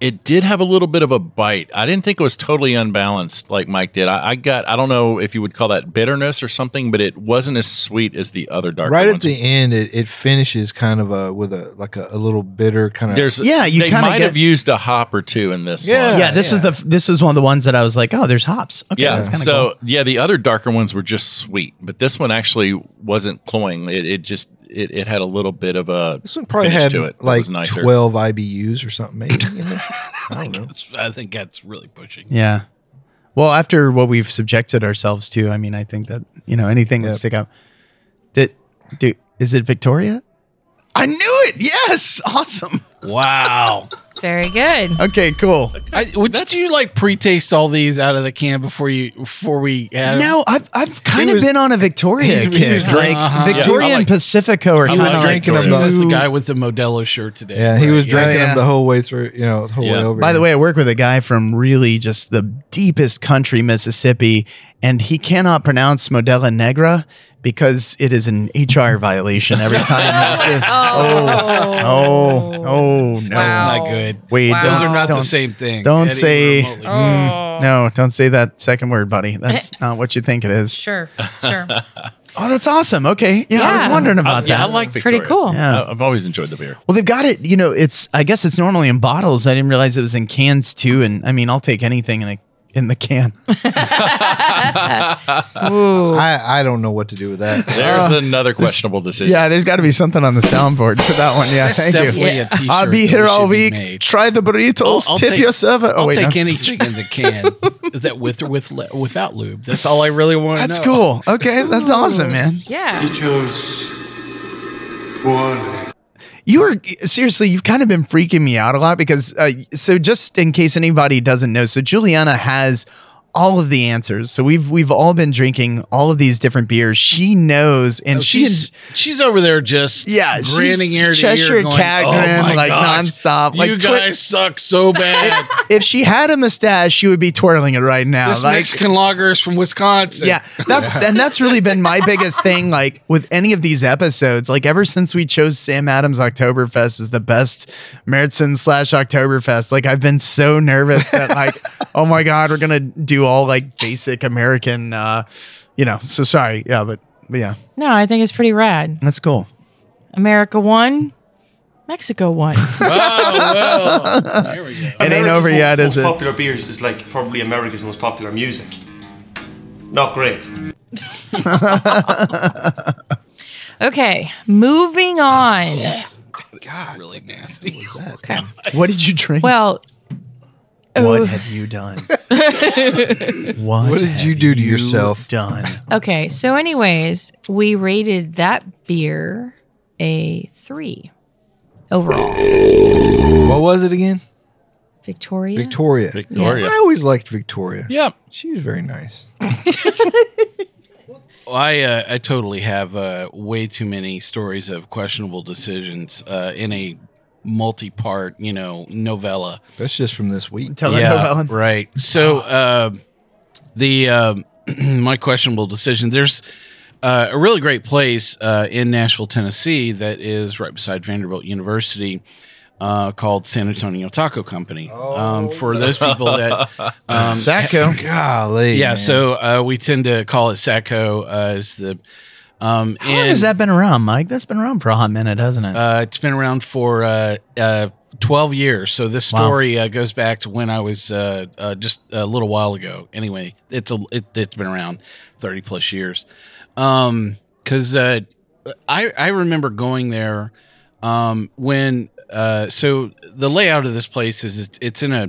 [SPEAKER 5] it did have a little bit of a bite. I didn't think it was totally unbalanced like Mike did. I, I got, I don't know if you would call that bitterness or something, but it wasn't as sweet as the other darker
[SPEAKER 4] right at
[SPEAKER 5] ones.
[SPEAKER 4] the end, it, it finishes kind of a with a like a, a little bitter kind of.
[SPEAKER 5] There's,
[SPEAKER 6] Yeah, you
[SPEAKER 5] they
[SPEAKER 6] kinda
[SPEAKER 5] might
[SPEAKER 6] get-
[SPEAKER 5] have used a hop or two in this
[SPEAKER 4] Yeah.
[SPEAKER 5] one.
[SPEAKER 6] Yeah, this is the this was one of the ones that I was like, oh, there's hops. Okay,
[SPEAKER 5] Yeah.
[SPEAKER 6] that's kind of
[SPEAKER 5] So yeah, the other darker ones were just sweet, but this one actually wasn't cloying. It, it just it, it had a little bit of a
[SPEAKER 4] this one probably
[SPEAKER 5] finish
[SPEAKER 4] had
[SPEAKER 5] to it. that
[SPEAKER 4] like
[SPEAKER 5] was nicer.
[SPEAKER 4] twelve IBUs or something. Maybe you know? I don't know.
[SPEAKER 3] I think that's really pushing.
[SPEAKER 6] Yeah. Well, after what we've subjected ourselves to, I mean, I think that you know anything that
[SPEAKER 4] Yep.
[SPEAKER 6] stick out. Did do is it Victoria? I knew it. Yes. Awesome. [laughs]
[SPEAKER 3] Wow.
[SPEAKER 2] Very good.
[SPEAKER 6] Okay. Cool.
[SPEAKER 3] I, would you like pre-taste all these out of the can before you before we add 'em?
[SPEAKER 6] No, I've I've kind of
[SPEAKER 4] was-
[SPEAKER 6] been on a Victoria
[SPEAKER 4] he was
[SPEAKER 6] kick.
[SPEAKER 4] drinking-
[SPEAKER 6] Uh-huh. like Victoria
[SPEAKER 5] Yeah, I
[SPEAKER 6] and
[SPEAKER 5] like-
[SPEAKER 6] Pacifico are kind
[SPEAKER 4] was
[SPEAKER 6] of like
[SPEAKER 4] drinking
[SPEAKER 6] two-
[SPEAKER 4] them,
[SPEAKER 3] That's the guy with the Modelo shirt today.
[SPEAKER 4] Yeah, he
[SPEAKER 3] right?
[SPEAKER 4] was drinking
[SPEAKER 6] yeah.
[SPEAKER 4] them the whole way through. You know, the whole way
[SPEAKER 5] Yeah.
[SPEAKER 4] over.
[SPEAKER 6] By the
[SPEAKER 4] here.
[SPEAKER 6] way, I work with a guy from really just the deepest country, Mississippi, and he cannot pronounce Modella Negra because it is an HR violation every time. [laughs] It's just, oh, oh, oh, no.
[SPEAKER 3] That's
[SPEAKER 2] Wow.
[SPEAKER 3] not good.
[SPEAKER 6] Wait,
[SPEAKER 2] Wow.
[SPEAKER 3] Those are not the
[SPEAKER 6] Don't-
[SPEAKER 3] same thing.
[SPEAKER 6] don't
[SPEAKER 3] Eddie,
[SPEAKER 6] say- [laughs] mm,
[SPEAKER 3] remotely.
[SPEAKER 2] Oh.
[SPEAKER 6] No, don't say that second word,
[SPEAKER 3] [laughs]
[SPEAKER 6] buddy. That's not what you think it is.
[SPEAKER 2] Sure.
[SPEAKER 6] [laughs]
[SPEAKER 2] Sure.
[SPEAKER 6] Oh, that's awesome. Okay. Yeah, I was
[SPEAKER 2] Yeah.
[SPEAKER 6] wondering
[SPEAKER 3] Uh,
[SPEAKER 6] about
[SPEAKER 5] Uh, yeah, I
[SPEAKER 6] that.
[SPEAKER 5] like
[SPEAKER 2] Pretty
[SPEAKER 5] Victoria.
[SPEAKER 2] cool.
[SPEAKER 6] Yeah.
[SPEAKER 5] I, I've always enjoyed the beer.
[SPEAKER 6] Well, they've got it. You know, it's. I guess it's normally in bottles. I didn't realize it was in cans too. And I mean, I'll take anything in a in the can.
[SPEAKER 3] [laughs]
[SPEAKER 2] Ooh.
[SPEAKER 4] I I don't know what to do with that.
[SPEAKER 5] There's another questionable decision.
[SPEAKER 6] Yeah, there's got to be something on the soundboard for that one. Yeah,
[SPEAKER 3] That's
[SPEAKER 6] thank you.
[SPEAKER 3] definitely
[SPEAKER 2] Yeah.
[SPEAKER 3] a T-shirt.
[SPEAKER 6] I'll be
[SPEAKER 3] that
[SPEAKER 6] here
[SPEAKER 3] should
[SPEAKER 6] all
[SPEAKER 3] be
[SPEAKER 6] week.
[SPEAKER 3] made.
[SPEAKER 6] Try the burritos.
[SPEAKER 3] I'll
[SPEAKER 6] tip
[SPEAKER 3] take-
[SPEAKER 6] your server.
[SPEAKER 3] I'll
[SPEAKER 6] wait,
[SPEAKER 3] take
[SPEAKER 6] that's-
[SPEAKER 3] anything in the can. Is that with or with li- without lube? That's all I really want to know.
[SPEAKER 6] That's
[SPEAKER 3] [laughs]
[SPEAKER 6] cool. Okay, that's awesome, man.
[SPEAKER 2] Yeah.
[SPEAKER 8] chose one.
[SPEAKER 6] You were seriously, you've kind of been freaking me out a lot because, uh, so just in case anybody doesn't know, so Juliana has all of the answers. So we've we've all been drinking all of these different beers. She knows, and she
[SPEAKER 3] Oh, She's she's over there just
[SPEAKER 6] Yeah, she's
[SPEAKER 3] grinning ear to
[SPEAKER 6] Cheshire
[SPEAKER 3] ear, going,
[SPEAKER 6] cat
[SPEAKER 3] "Oh
[SPEAKER 6] grin,
[SPEAKER 3] my
[SPEAKER 6] like,
[SPEAKER 3] gosh,
[SPEAKER 6] nonstop,
[SPEAKER 3] You
[SPEAKER 6] like, twi-
[SPEAKER 3] guys suck so
[SPEAKER 4] [laughs]
[SPEAKER 3] bad.
[SPEAKER 6] if she had a mustache, she would be twirling it right now.
[SPEAKER 3] this
[SPEAKER 6] Like-
[SPEAKER 3] Mexican lager is from Wisconsin.
[SPEAKER 6] yeah, that's and that's really been my biggest thing. Like with any of these episodes, like ever since we chose Sam Adams Oktoberfest as the best Meritzen slash Oktoberfest, like I've been so nervous that like, oh my god, we're gonna do all like basic American, uh, you know. So sorry, yeah, but, but yeah,
[SPEAKER 2] No, I think it's pretty rad.
[SPEAKER 6] that's cool.
[SPEAKER 2] America won. Mexico
[SPEAKER 6] [laughs]
[SPEAKER 2] won.
[SPEAKER 3] There we go.
[SPEAKER 6] It ain't over
[SPEAKER 9] America's most,
[SPEAKER 6] yet, is it?
[SPEAKER 9] most popular beers is like probably America's most popular music. Not great.
[SPEAKER 2] Okay. Moving on.
[SPEAKER 3] It's really nasty.
[SPEAKER 6] What did you drink?
[SPEAKER 2] Well,
[SPEAKER 6] What have you done? what,
[SPEAKER 4] What did you
[SPEAKER 6] have
[SPEAKER 4] do to yourself?
[SPEAKER 6] Done.
[SPEAKER 2] Okay, so anyways, we rated that beer a three overall.
[SPEAKER 4] [laughs] What was it again?
[SPEAKER 2] Victoria.
[SPEAKER 4] Victoria.
[SPEAKER 5] Victoria.
[SPEAKER 4] I always liked Victoria.
[SPEAKER 5] Yeah.
[SPEAKER 4] She was very nice.
[SPEAKER 3] Well, I uh, I totally have uh, way too many stories of questionable decisions uh, in a multi-part, you know, novella.
[SPEAKER 4] That's just from this week.
[SPEAKER 6] Tell yeah, Alan.
[SPEAKER 3] right. So uh, the um [clears throat] my questionable decision. There's uh, a really great place uh, in Nashville, Tennessee, that is right beside Vanderbilt University. Uh, called San Antonio Taco Company. um, for those people that um,
[SPEAKER 4] Sacco. Golly.
[SPEAKER 3] yeah,
[SPEAKER 4] man.
[SPEAKER 3] so uh, we tend to call it Sacco uh, as the. Um,
[SPEAKER 6] How long has that been around, Mike? That's been around for a hot minute, hasn't it?
[SPEAKER 3] Uh, it's been around for uh, uh, 12 years. So this story uh, goes back to when I was uh, uh, just a little while ago. Anyway, it's a, it, it's been around 30 plus years. Um, cause uh, I I remember going there um, when uh, so the layout of this place is it's, it's in a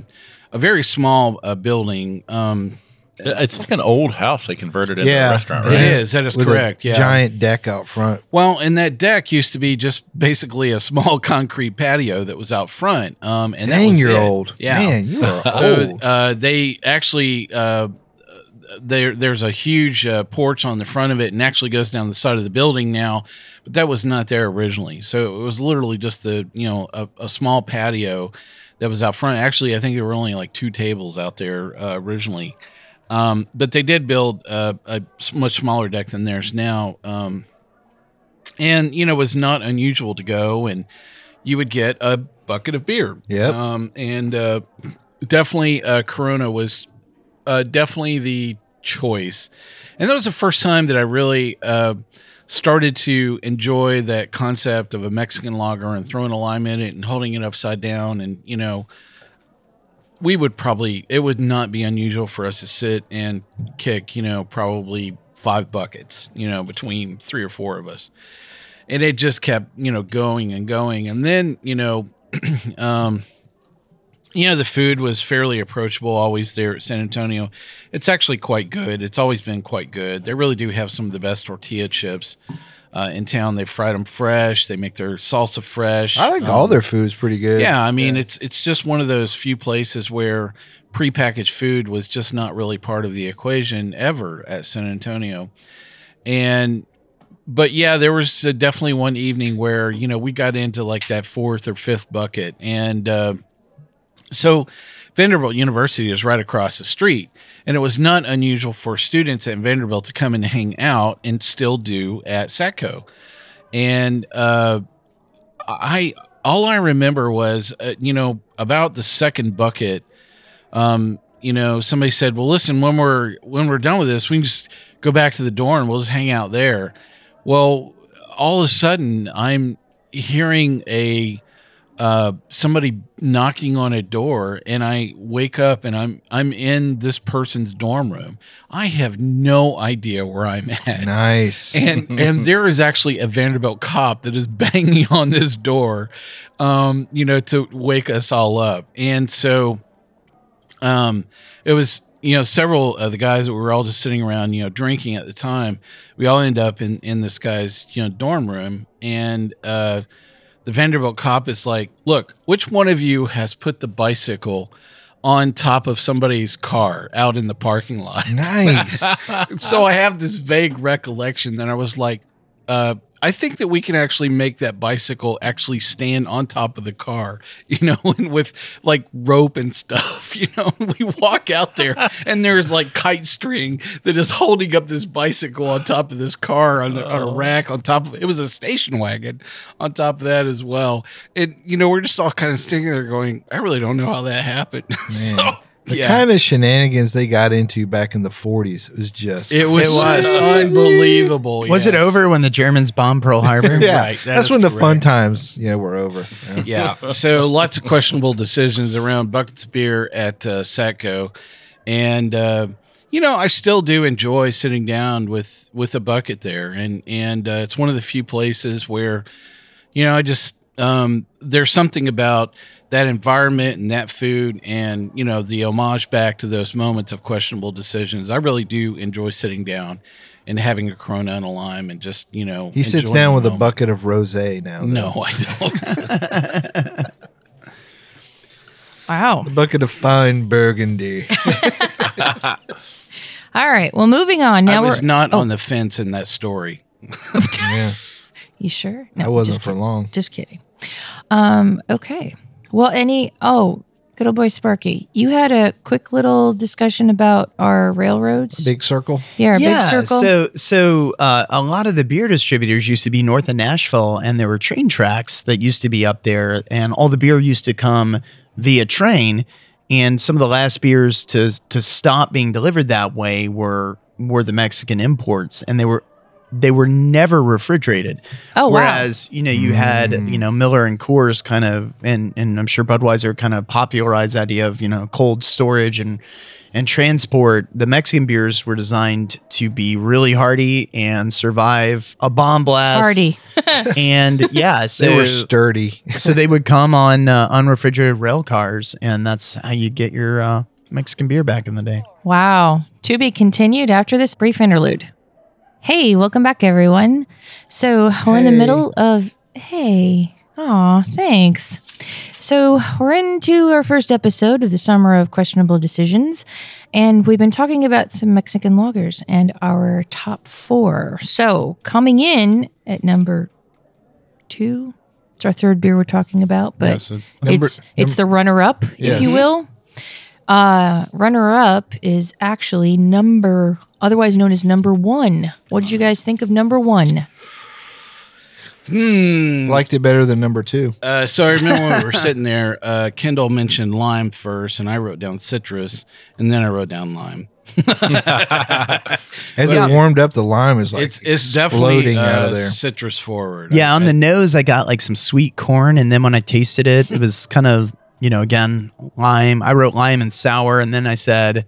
[SPEAKER 3] a very small uh, building. Um,
[SPEAKER 5] It's like an old house they converted into
[SPEAKER 4] Yeah.
[SPEAKER 5] a restaurant,
[SPEAKER 3] it
[SPEAKER 5] right?
[SPEAKER 3] is that is
[SPEAKER 4] With a
[SPEAKER 3] correct. Yeah,
[SPEAKER 4] Giant deck out front.
[SPEAKER 3] Well, and that deck used to be just basically a small [laughs] concrete patio that was out front. Um, and that
[SPEAKER 4] Dang,
[SPEAKER 3] was
[SPEAKER 4] you're
[SPEAKER 3] it.
[SPEAKER 4] old.
[SPEAKER 3] Yeah.
[SPEAKER 4] Man, you are
[SPEAKER 3] [laughs] so
[SPEAKER 4] old.
[SPEAKER 3] uh, they actually uh, there there's a huge uh, porch on the front of it, and actually goes down the side of the building now. But that was not there originally. So it was literally just the you know a, a small patio that was out front. Actually, I think there were only like two tables out there uh, originally. Um, but they did build uh, a s- much smaller deck than theirs now. Um, and you know it was not unusual to go and you would get a bucket of beer
[SPEAKER 4] Yep.
[SPEAKER 3] um, and uh, definitely uh, corona was uh, definitely the choice and that was the first time that i really uh, started to enjoy that concept of a mexican lager and throwing a lime in it and holding it upside down and you know we would probably it would not be unusual for us to sit and kick you know probably five buckets you know between three or four of us and it just kept you know going and going and then you know [clears throat] um you know the food was fairly approachable always there at san antonio it's actually quite good it's always been quite good they really do have some of the best tortilla chips uh, in town they fried them fresh they make their salsa fresh
[SPEAKER 4] I like
[SPEAKER 3] Um,
[SPEAKER 4] all their food's pretty good.
[SPEAKER 3] yeah, I mean it's it's just one of those few places where prepackaged food was just not really part of the equation ever at San Antonio. And but yeah, there was uh, definitely one evening where, you know, we got into like that fourth or fifth bucket and uh so Vanderbilt University is right across the street, and it was not unusual for students at Vanderbilt to come and hang out and still do at SACO. And uh, I all I remember was, uh, you know, about the second bucket. Um, you know, somebody said, "Well, listen, when we're when we're done with this, we can just go back to the dorm. We'll just hang out there." Well, all of a sudden, I'm hearing a uh, somebody knocking on a door, and I wake up and I'm I'm in this person's dorm room. I have no idea where I'm at
[SPEAKER 4] Nice.
[SPEAKER 3] and and there is actually a Vanderbilt cop that is [laughs] banging on this door, um, you know, to wake us all up. And so, um, it was you know several of the guys that were all just sitting around, you know, drinking at the time. We all end up in in this guy's you know dorm room, and uh, the Vanderbilt cop is like, "Look, which one of you has put the bicycle?" On top of somebody's car out in the parking lot
[SPEAKER 4] [laughs] nice.
[SPEAKER 3] so I have this vague recollection that I was like, uh, I think that we can actually make that bicycle actually stand on top of the car, [laughs] you know, and with like rope and stuff, [laughs] you know. We walk out there and there's like kite string that is holding up this bicycle on top of this car on, a- on
[SPEAKER 6] Oh.
[SPEAKER 3] a rack on top of it was a station wagon on top of that as well. And you know, we're just all kind of standing there going, I really don't know how that happened. [laughs] [laughs] so
[SPEAKER 4] The kind of shenanigans they got into back in the 40s was just.
[SPEAKER 3] it was,
[SPEAKER 6] It was.
[SPEAKER 3] just unbelievable.
[SPEAKER 6] Was it
[SPEAKER 3] yes.
[SPEAKER 6] over when the Germans bombed [laughs] Pearl Harbor?
[SPEAKER 4] [laughs] yeah,
[SPEAKER 3] right, that
[SPEAKER 4] that's
[SPEAKER 3] is
[SPEAKER 4] when the fun
[SPEAKER 3] correct.
[SPEAKER 4] times, you know, were over. Yeah. [laughs]
[SPEAKER 3] yeah. So lots of questionable decisions around buckets of beer at uh, Satco, and uh, you know I still do enjoy sitting down with with a bucket there, and and uh, it's one of the few places where you know I just um, there's something about that environment and that food and you know the homage back to those moments of questionable decisions i really do enjoy sitting down and having a corona and a lime and just you know
[SPEAKER 4] He sits
[SPEAKER 3] enjoying
[SPEAKER 4] down
[SPEAKER 3] the
[SPEAKER 4] with a
[SPEAKER 3] moment.
[SPEAKER 4] bucket of rosé now. though.
[SPEAKER 3] no i don't
[SPEAKER 2] Wow.
[SPEAKER 4] bucket of
[SPEAKER 3] [laughs]
[SPEAKER 4] fine burgundy.
[SPEAKER 2] All right. Well, moving on.
[SPEAKER 3] i
[SPEAKER 2] Now
[SPEAKER 3] was
[SPEAKER 2] we're. oh.
[SPEAKER 3] not on the fence in that story
[SPEAKER 2] you sure? No,
[SPEAKER 4] I wasn't
[SPEAKER 2] just
[SPEAKER 4] for
[SPEAKER 2] kidding.
[SPEAKER 4] long.
[SPEAKER 2] Just kidding. Um. Okay. Well, any. Oh, good old boy Sparky. You had a quick little discussion about our railroads.
[SPEAKER 4] Big circle.
[SPEAKER 2] yeah. Our big circle.
[SPEAKER 6] So, so uh, a lot of the beer distributors used to be north of Nashville, and there were train tracks that used to be up there, and all the beer used to come via train. And some of the last beers to to stop being delivered that way were were the Mexican imports, and they were they were never refrigerated.
[SPEAKER 2] Oh, wow.
[SPEAKER 6] Whereas you know you had you
[SPEAKER 4] Mm.
[SPEAKER 6] know Miller and Coors kind of, and and I'm sure Budweiser kind of popularized the idea of you know cold storage and and transport. The Mexican beers were designed to be really hardy and survive a bomb blast.
[SPEAKER 2] Party.
[SPEAKER 6] and yeah, so
[SPEAKER 4] They were sturdy. [laughs]
[SPEAKER 6] so they would come on uh, unrefrigerated rail cars, and that's how you get your uh, Mexican beer back in the day.
[SPEAKER 2] Wow. To be continued after this brief interlude. Hey, welcome back, everyone. So we're in the middle of. Hey. Aw, thanks. So we're into our first episode of the Summer of Questionable Decisions, and we've been talking about some Mexican lagers and our top four. So coming in at number two, it's our third beer we're talking about, but it's it's the runner up, if you will. Uh, runner up is actually number, otherwise known as number one. What did you guys think of number one?
[SPEAKER 4] Liked it better than number two.
[SPEAKER 3] Hmm, Mm. Uh, so I remember
[SPEAKER 2] [laughs]
[SPEAKER 3] when we were sitting there, uh, Kendall mentioned lime first, and I wrote down citrus, and then I wrote down lime.
[SPEAKER 4] As it warmed up, the lime is like
[SPEAKER 3] it's it's
[SPEAKER 4] exploding
[SPEAKER 3] definitely uh,
[SPEAKER 4] out of there.
[SPEAKER 3] citrus forward.
[SPEAKER 6] Yeah,
[SPEAKER 3] I-
[SPEAKER 6] on the nose, I got like some sweet corn, and then when I tasted it, it was kind of you know again lime. I wrote lime and sour, and then I said.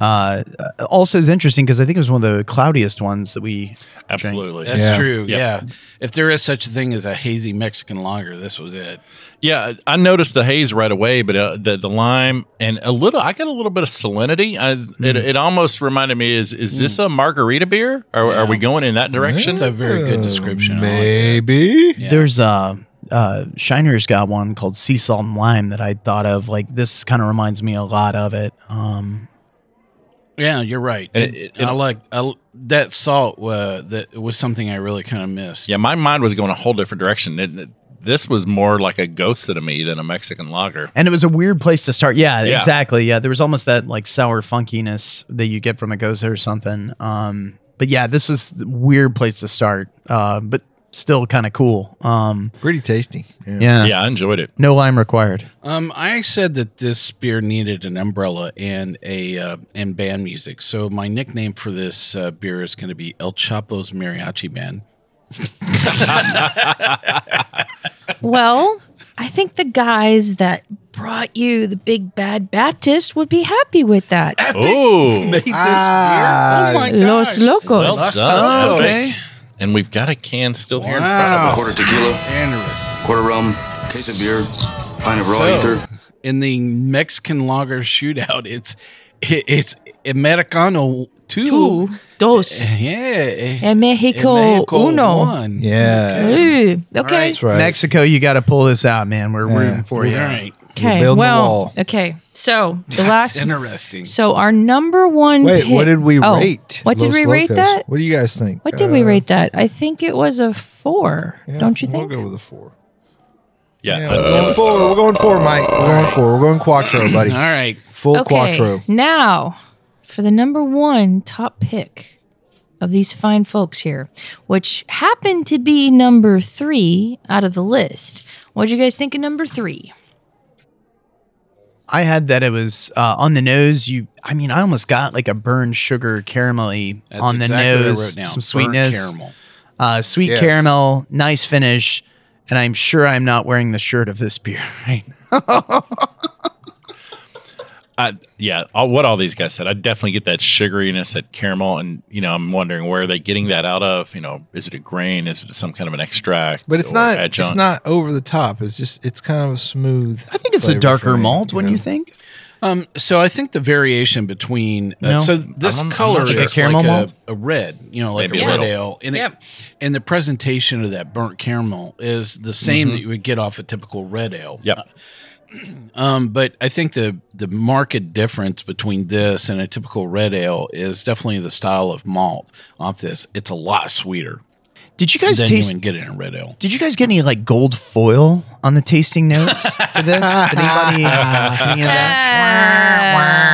[SPEAKER 6] Uh, also, is interesting because I think it was one of the cloudiest ones that we.
[SPEAKER 5] Absolutely.
[SPEAKER 3] That's
[SPEAKER 4] Yeah.
[SPEAKER 3] true.
[SPEAKER 5] Yeah.
[SPEAKER 3] Yeah. If there is such a thing as a hazy Mexican lager, this was it.
[SPEAKER 5] Yeah, I noticed the haze right away, but uh, the the lime and a little. I got a little bit of salinity. I,
[SPEAKER 3] Mm.
[SPEAKER 5] it, it almost reminded me: is is this a margarita beer? Are, are we going in that direction?
[SPEAKER 3] It's Mm. a very
[SPEAKER 4] Oh,
[SPEAKER 3] good description. I like that.
[SPEAKER 4] Maybe.
[SPEAKER 6] There's uh, uh, Shiner's got one called Sea Salt and Lime that I thought of. Like this kind of reminds me a lot of it. Um,
[SPEAKER 3] Yeah, you're right.
[SPEAKER 5] And it- it-
[SPEAKER 3] I like I, that salt. Uh, that was something I really kind of missed.
[SPEAKER 5] yeah, my mind was going a whole different direction. It- it- this was more like a ghost to me than a Mexican lager.
[SPEAKER 6] and it was a weird place to start. Yeah,
[SPEAKER 5] Yeah.
[SPEAKER 6] exactly. Yeah, there was almost that like sour funkiness that you get from a goza or something. Um, but yeah, this was the weird place to start. Uh, but still kind of cool. Um,
[SPEAKER 4] Pretty tasty.
[SPEAKER 6] yeah.
[SPEAKER 5] Yeah, I enjoyed
[SPEAKER 3] [laughs]
[SPEAKER 5] it.
[SPEAKER 6] No lime required.
[SPEAKER 3] Um, I said that this beer needed an umbrella and a uh, and band music. So my nickname for this uh, beer is going to be El Chapo's Mariachi Band.
[SPEAKER 2] Well, I think the guys that brought you the big bad Baptist would be happy with that.
[SPEAKER 5] Oh,
[SPEAKER 3] Oh
[SPEAKER 4] Ah,
[SPEAKER 2] Los Locos.
[SPEAKER 5] well done.
[SPEAKER 3] okay.
[SPEAKER 5] And we've got a can still here in front of us.
[SPEAKER 7] Quarter tequila,
[SPEAKER 3] Interesting.
[SPEAKER 7] quarter rum, case of beer, pint of raw
[SPEAKER 3] So
[SPEAKER 7] ether.
[SPEAKER 3] in the Mexican lager shootout, it's it, it's Americano two.
[SPEAKER 2] Two, dos,
[SPEAKER 3] [laughs] Yeah. eh,
[SPEAKER 2] and Mexico, uno.
[SPEAKER 3] one.
[SPEAKER 4] yeah.
[SPEAKER 2] Ooh, okay.
[SPEAKER 4] That's right.
[SPEAKER 6] Mexico, you got to pull this out, man. We're rooting for
[SPEAKER 3] All
[SPEAKER 6] you.
[SPEAKER 3] right.
[SPEAKER 2] Okay.
[SPEAKER 4] building the
[SPEAKER 2] Well,
[SPEAKER 4] wall.
[SPEAKER 2] okay. So the
[SPEAKER 3] That's
[SPEAKER 2] last.
[SPEAKER 3] interesting.
[SPEAKER 2] So our number one.
[SPEAKER 4] Wait,
[SPEAKER 2] pick-
[SPEAKER 4] what did we
[SPEAKER 2] Oh,
[SPEAKER 4] rate?
[SPEAKER 2] What did
[SPEAKER 4] Los
[SPEAKER 2] we rate
[SPEAKER 4] Locos?
[SPEAKER 2] that?
[SPEAKER 4] What do you guys think?
[SPEAKER 2] What did we
[SPEAKER 4] Uh,
[SPEAKER 2] rate that? I think it was a four.
[SPEAKER 4] yeah,
[SPEAKER 2] don't you
[SPEAKER 4] we'll
[SPEAKER 2] think?
[SPEAKER 4] We'll go with a four.
[SPEAKER 5] Yeah,
[SPEAKER 4] Yeah,
[SPEAKER 5] uh,
[SPEAKER 4] we're going four. We're going four, Mike. We're going four. We're
[SPEAKER 3] [clears throat]
[SPEAKER 4] going quattro, buddy.
[SPEAKER 3] All right.
[SPEAKER 4] Full quattro.
[SPEAKER 2] Now, for the number one top pick of these fine folks here, which happened to be number three out of the list. What would you guys think of number three?
[SPEAKER 6] I had that it was uh, on the nose. You, I mean, I almost got like a burned sugar caramelly
[SPEAKER 3] That's
[SPEAKER 6] on the
[SPEAKER 3] exactly what I wrote
[SPEAKER 6] nose.
[SPEAKER 3] down.
[SPEAKER 6] Some
[SPEAKER 3] Burnt
[SPEAKER 6] sweetness,
[SPEAKER 3] caramel.
[SPEAKER 6] uh, sweet
[SPEAKER 4] Yes.
[SPEAKER 6] caramel, nice finish. And I'm [laughs] sure I'm not wearing the shirt of this beer right now.
[SPEAKER 5] I, yeah, all, what all these guys said, I definitely get that sugariness, that caramel, and you know, I'm wondering where are they getting that out of? You know, is it a grain? Is it some kind of an extract?
[SPEAKER 4] But it's
[SPEAKER 5] or
[SPEAKER 4] not.
[SPEAKER 5] adjunct?
[SPEAKER 4] It's not over the top. It's just. It's kind of a smooth.
[SPEAKER 6] I think it's
[SPEAKER 4] flavor
[SPEAKER 6] a
[SPEAKER 4] for
[SPEAKER 6] darker
[SPEAKER 4] me,
[SPEAKER 6] malt, wouldn't you think?
[SPEAKER 3] Um, so I think the variation between uh,
[SPEAKER 6] No.
[SPEAKER 3] so this
[SPEAKER 5] I'm- I'm
[SPEAKER 3] color
[SPEAKER 5] not
[SPEAKER 3] is
[SPEAKER 5] sure.
[SPEAKER 3] like
[SPEAKER 6] Like a caramel malt?
[SPEAKER 3] a, a red, you know, like a
[SPEAKER 5] Maybe a
[SPEAKER 3] red
[SPEAKER 5] little.
[SPEAKER 3] ale, and
[SPEAKER 2] Yep.
[SPEAKER 3] it, and the presentation of that burnt caramel is the
[SPEAKER 6] Mm-hmm.
[SPEAKER 3] same that you would get off a typical red ale.
[SPEAKER 5] Yep.
[SPEAKER 3] Um, but I think the the marked difference between this and a typical red ale is definitely the style of malt off this. It's a lot sweeter
[SPEAKER 6] Did you guys
[SPEAKER 3] than you
[SPEAKER 6] taste?
[SPEAKER 3] would get in a red ale.
[SPEAKER 6] Did you guys get any like gold foil on the tasting notes for this? Anybody? uh, any of that?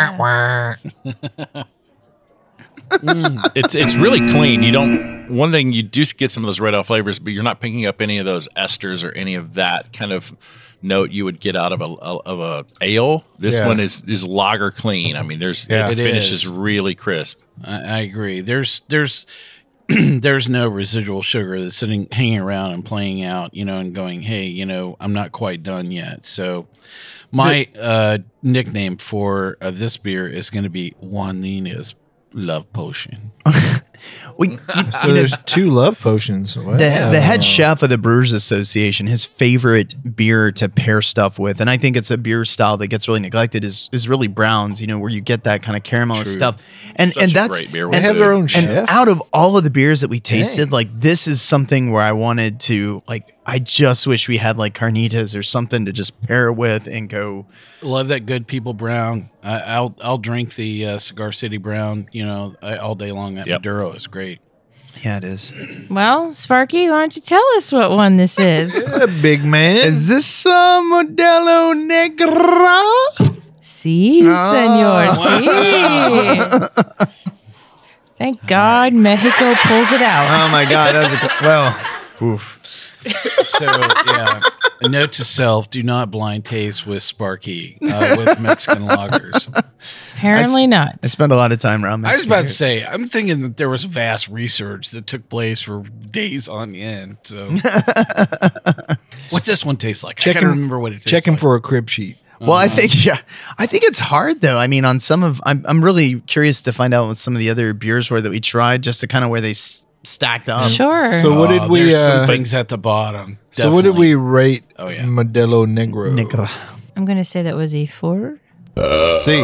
[SPEAKER 5] it's it's really clean. You don't. One thing you do get some of those red ale flavors, but you're not picking up any of those esters or any of that kind of note you would get out of a of a ale. This
[SPEAKER 4] Yeah.
[SPEAKER 5] one is is lager clean. I mean, there's
[SPEAKER 4] Yeah.
[SPEAKER 5] the
[SPEAKER 4] It
[SPEAKER 5] finish
[SPEAKER 3] is.
[SPEAKER 5] is really crisp.
[SPEAKER 3] I, I agree. There's there's [clears throat] there's no residual sugar that's sitting hanging around and playing out, you know, and going, hey, you know, I'm not quite done yet. So my uh, nickname for uh, this beer is going to be Juanina's love potion.
[SPEAKER 6] We, you,
[SPEAKER 4] So there's two love potions. Wow.
[SPEAKER 6] the, the head chef of the Brewers Association, his favorite beer to pair stuff with, and I think it's a beer style that gets really neglected is is really Browns. You know, where you get that kind of caramel and stuff, and
[SPEAKER 5] Such
[SPEAKER 6] and
[SPEAKER 5] a
[SPEAKER 6] that's
[SPEAKER 5] great beer
[SPEAKER 6] and
[SPEAKER 5] with
[SPEAKER 4] They have their own
[SPEAKER 6] and
[SPEAKER 4] chef.
[SPEAKER 6] out of all of the beers that we tasted, like this is something where I wanted to like I just wish we had like carnitas or something to just pair it with and go.
[SPEAKER 3] Love that good people brown. I, I'll I'll drink the uh, Cigar City brown, you know, I, all day long. That
[SPEAKER 5] Yep.
[SPEAKER 3] Maduro is great.
[SPEAKER 6] Yeah, it is.
[SPEAKER 2] Well, Sparky, why don't you tell us what one this is?
[SPEAKER 4] [laughs] Yeah, big man.
[SPEAKER 6] Is this uh, Modelo Negro?
[SPEAKER 2] See, senor. See. Thank God Mexico pulls it out.
[SPEAKER 4] [laughs]
[SPEAKER 6] Oh my god, that was a well. Oof.
[SPEAKER 3] So yeah, a note to self: do not blind taste with Sparky uh, with Mexican lagers.
[SPEAKER 2] Apparently not.
[SPEAKER 6] I spent a lot of time around.
[SPEAKER 3] I was
[SPEAKER 6] Mexican
[SPEAKER 3] about to
[SPEAKER 6] beers.
[SPEAKER 3] say, I'm thinking that there was vast research that took place for days on end.
[SPEAKER 4] [laughs]
[SPEAKER 3] So, what's this one taste like? I
[SPEAKER 4] Checking-
[SPEAKER 3] can't remember what it tastes.
[SPEAKER 4] Check him
[SPEAKER 3] like.
[SPEAKER 4] for a crib sheet.
[SPEAKER 6] Well, I think yeah, I think it's hard though. I mean, on some of I'm I'm really curious to find out what some of the other beers were that we tried, just to kind of where they s- stacked up.
[SPEAKER 2] Sure.
[SPEAKER 4] um, So what
[SPEAKER 3] Oh,
[SPEAKER 4] did we?
[SPEAKER 3] there's some
[SPEAKER 4] Uh,
[SPEAKER 3] things at the bottom.
[SPEAKER 4] so what did
[SPEAKER 3] definitely.
[SPEAKER 4] we rate?
[SPEAKER 3] Oh, yeah.
[SPEAKER 4] Modelo Negro.
[SPEAKER 6] Nigra.
[SPEAKER 2] I'm going to say that was a four.
[SPEAKER 4] See,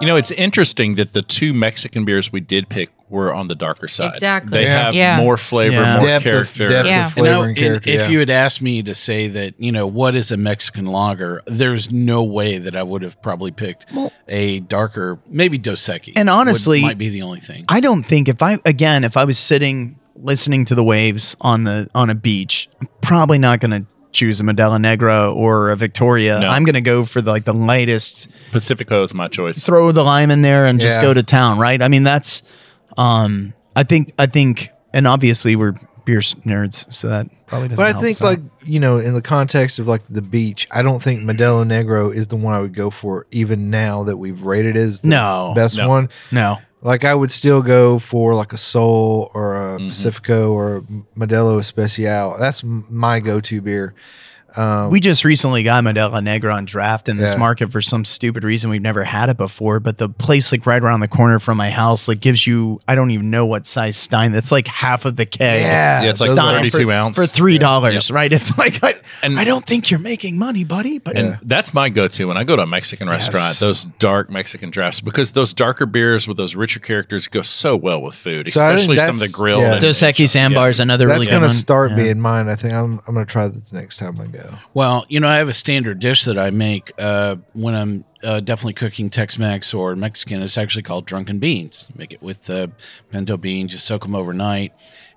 [SPEAKER 5] You know, it's interesting that the two Mexican beers we did pick were on the darker side.
[SPEAKER 2] Exactly.
[SPEAKER 5] They
[SPEAKER 2] Yeah.
[SPEAKER 5] have
[SPEAKER 2] Yeah.
[SPEAKER 5] more flavor,
[SPEAKER 6] Yeah.
[SPEAKER 5] more
[SPEAKER 4] depth of,
[SPEAKER 5] character.
[SPEAKER 4] depth
[SPEAKER 2] Yeah.
[SPEAKER 4] of
[SPEAKER 3] And
[SPEAKER 4] flavor
[SPEAKER 3] now,
[SPEAKER 4] and,
[SPEAKER 3] and
[SPEAKER 4] character.
[SPEAKER 3] if
[SPEAKER 4] yeah.
[SPEAKER 3] you had asked me to say that, you know, what is a Mexican lager, there's no way that I would have probably picked a darker, maybe Dos Equis.
[SPEAKER 6] And
[SPEAKER 3] would-
[SPEAKER 6] honestly,
[SPEAKER 3] might be the only thing.
[SPEAKER 6] I don't think if I again if I was sitting listening to the waves on the on a beach, I'm probably not gonna choose a Modelo Negra or a Victoria.
[SPEAKER 5] No.
[SPEAKER 6] I'm gonna go for the, like the lightest.
[SPEAKER 5] Pacifico is my choice.
[SPEAKER 6] throw the lime in there and just
[SPEAKER 4] Yeah.
[SPEAKER 6] go to town, right? I mean, that's um I think I think and obviously we're beer nerds, so that probably doesn't
[SPEAKER 4] But I
[SPEAKER 6] help,
[SPEAKER 4] think,
[SPEAKER 6] so.
[SPEAKER 4] like you know, in the context of like the beach, I don't think Modelo Negro is the one I would go for, even now that we've rated it as the
[SPEAKER 6] No.
[SPEAKER 4] best
[SPEAKER 5] No.
[SPEAKER 4] one.
[SPEAKER 6] no.
[SPEAKER 4] Like I would still go for like a Sol or a
[SPEAKER 6] Mm-hmm.
[SPEAKER 4] Pacifico or a Modelo Especial. That's m- my go-to beer.
[SPEAKER 6] we just recently got Modelo Negra on draft in this
[SPEAKER 4] Yeah.
[SPEAKER 6] market for some stupid reason. We've never had it before, but the place like right around the corner from my house like gives you I don't even know what size Stein. That's like half of the keg.
[SPEAKER 4] Yeah,
[SPEAKER 5] Yeah, it's like
[SPEAKER 4] those are-
[SPEAKER 6] Stein
[SPEAKER 5] 32
[SPEAKER 6] for,
[SPEAKER 5] ounce.
[SPEAKER 6] for three dollars, right? It's like I,
[SPEAKER 5] And-
[SPEAKER 6] I don't think you're making money, buddy. But
[SPEAKER 5] And that's my go-to when I go to a Mexican restaurant. Those dark Mexican drafts because those darker beers with those richer characters go so well with food,
[SPEAKER 4] So I think
[SPEAKER 5] especially some of the
[SPEAKER 4] that's-
[SPEAKER 5] grilled.
[SPEAKER 4] yeah.
[SPEAKER 5] and-
[SPEAKER 6] Dos Equis Ambar is another
[SPEAKER 4] that's
[SPEAKER 6] really good
[SPEAKER 4] gonna
[SPEAKER 6] one.
[SPEAKER 4] start
[SPEAKER 6] Yeah.
[SPEAKER 4] being mine. I think I'm I'm gonna try that the next time I go.
[SPEAKER 3] Well, you know, I have a standard dish that I make uh, when I'm uh, definitely cooking Tex-Mex or Mexican. It's actually called drunken beans. You make it with uh, pinto beans. You soak them overnight,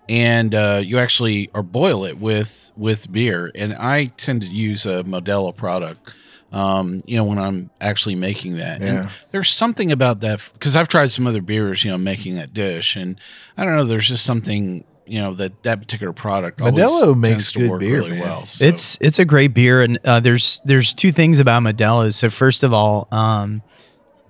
[SPEAKER 3] and uh, you actually or boil it with with beer. And I tend to use a Modelo product. Um, you know, when I'm actually making that,
[SPEAKER 4] Yeah.
[SPEAKER 3] and there's something about that because I've tried some other beers. You know, making that dish, and I don't know. There's just something. You know that that particular product always
[SPEAKER 4] Modelo makes
[SPEAKER 3] tends to
[SPEAKER 4] good
[SPEAKER 3] work
[SPEAKER 4] beer,
[SPEAKER 3] really
[SPEAKER 4] man.
[SPEAKER 3] well. so-
[SPEAKER 6] It's it's a great beer, and uh, there's there's two things about Modelo. So first of all, um,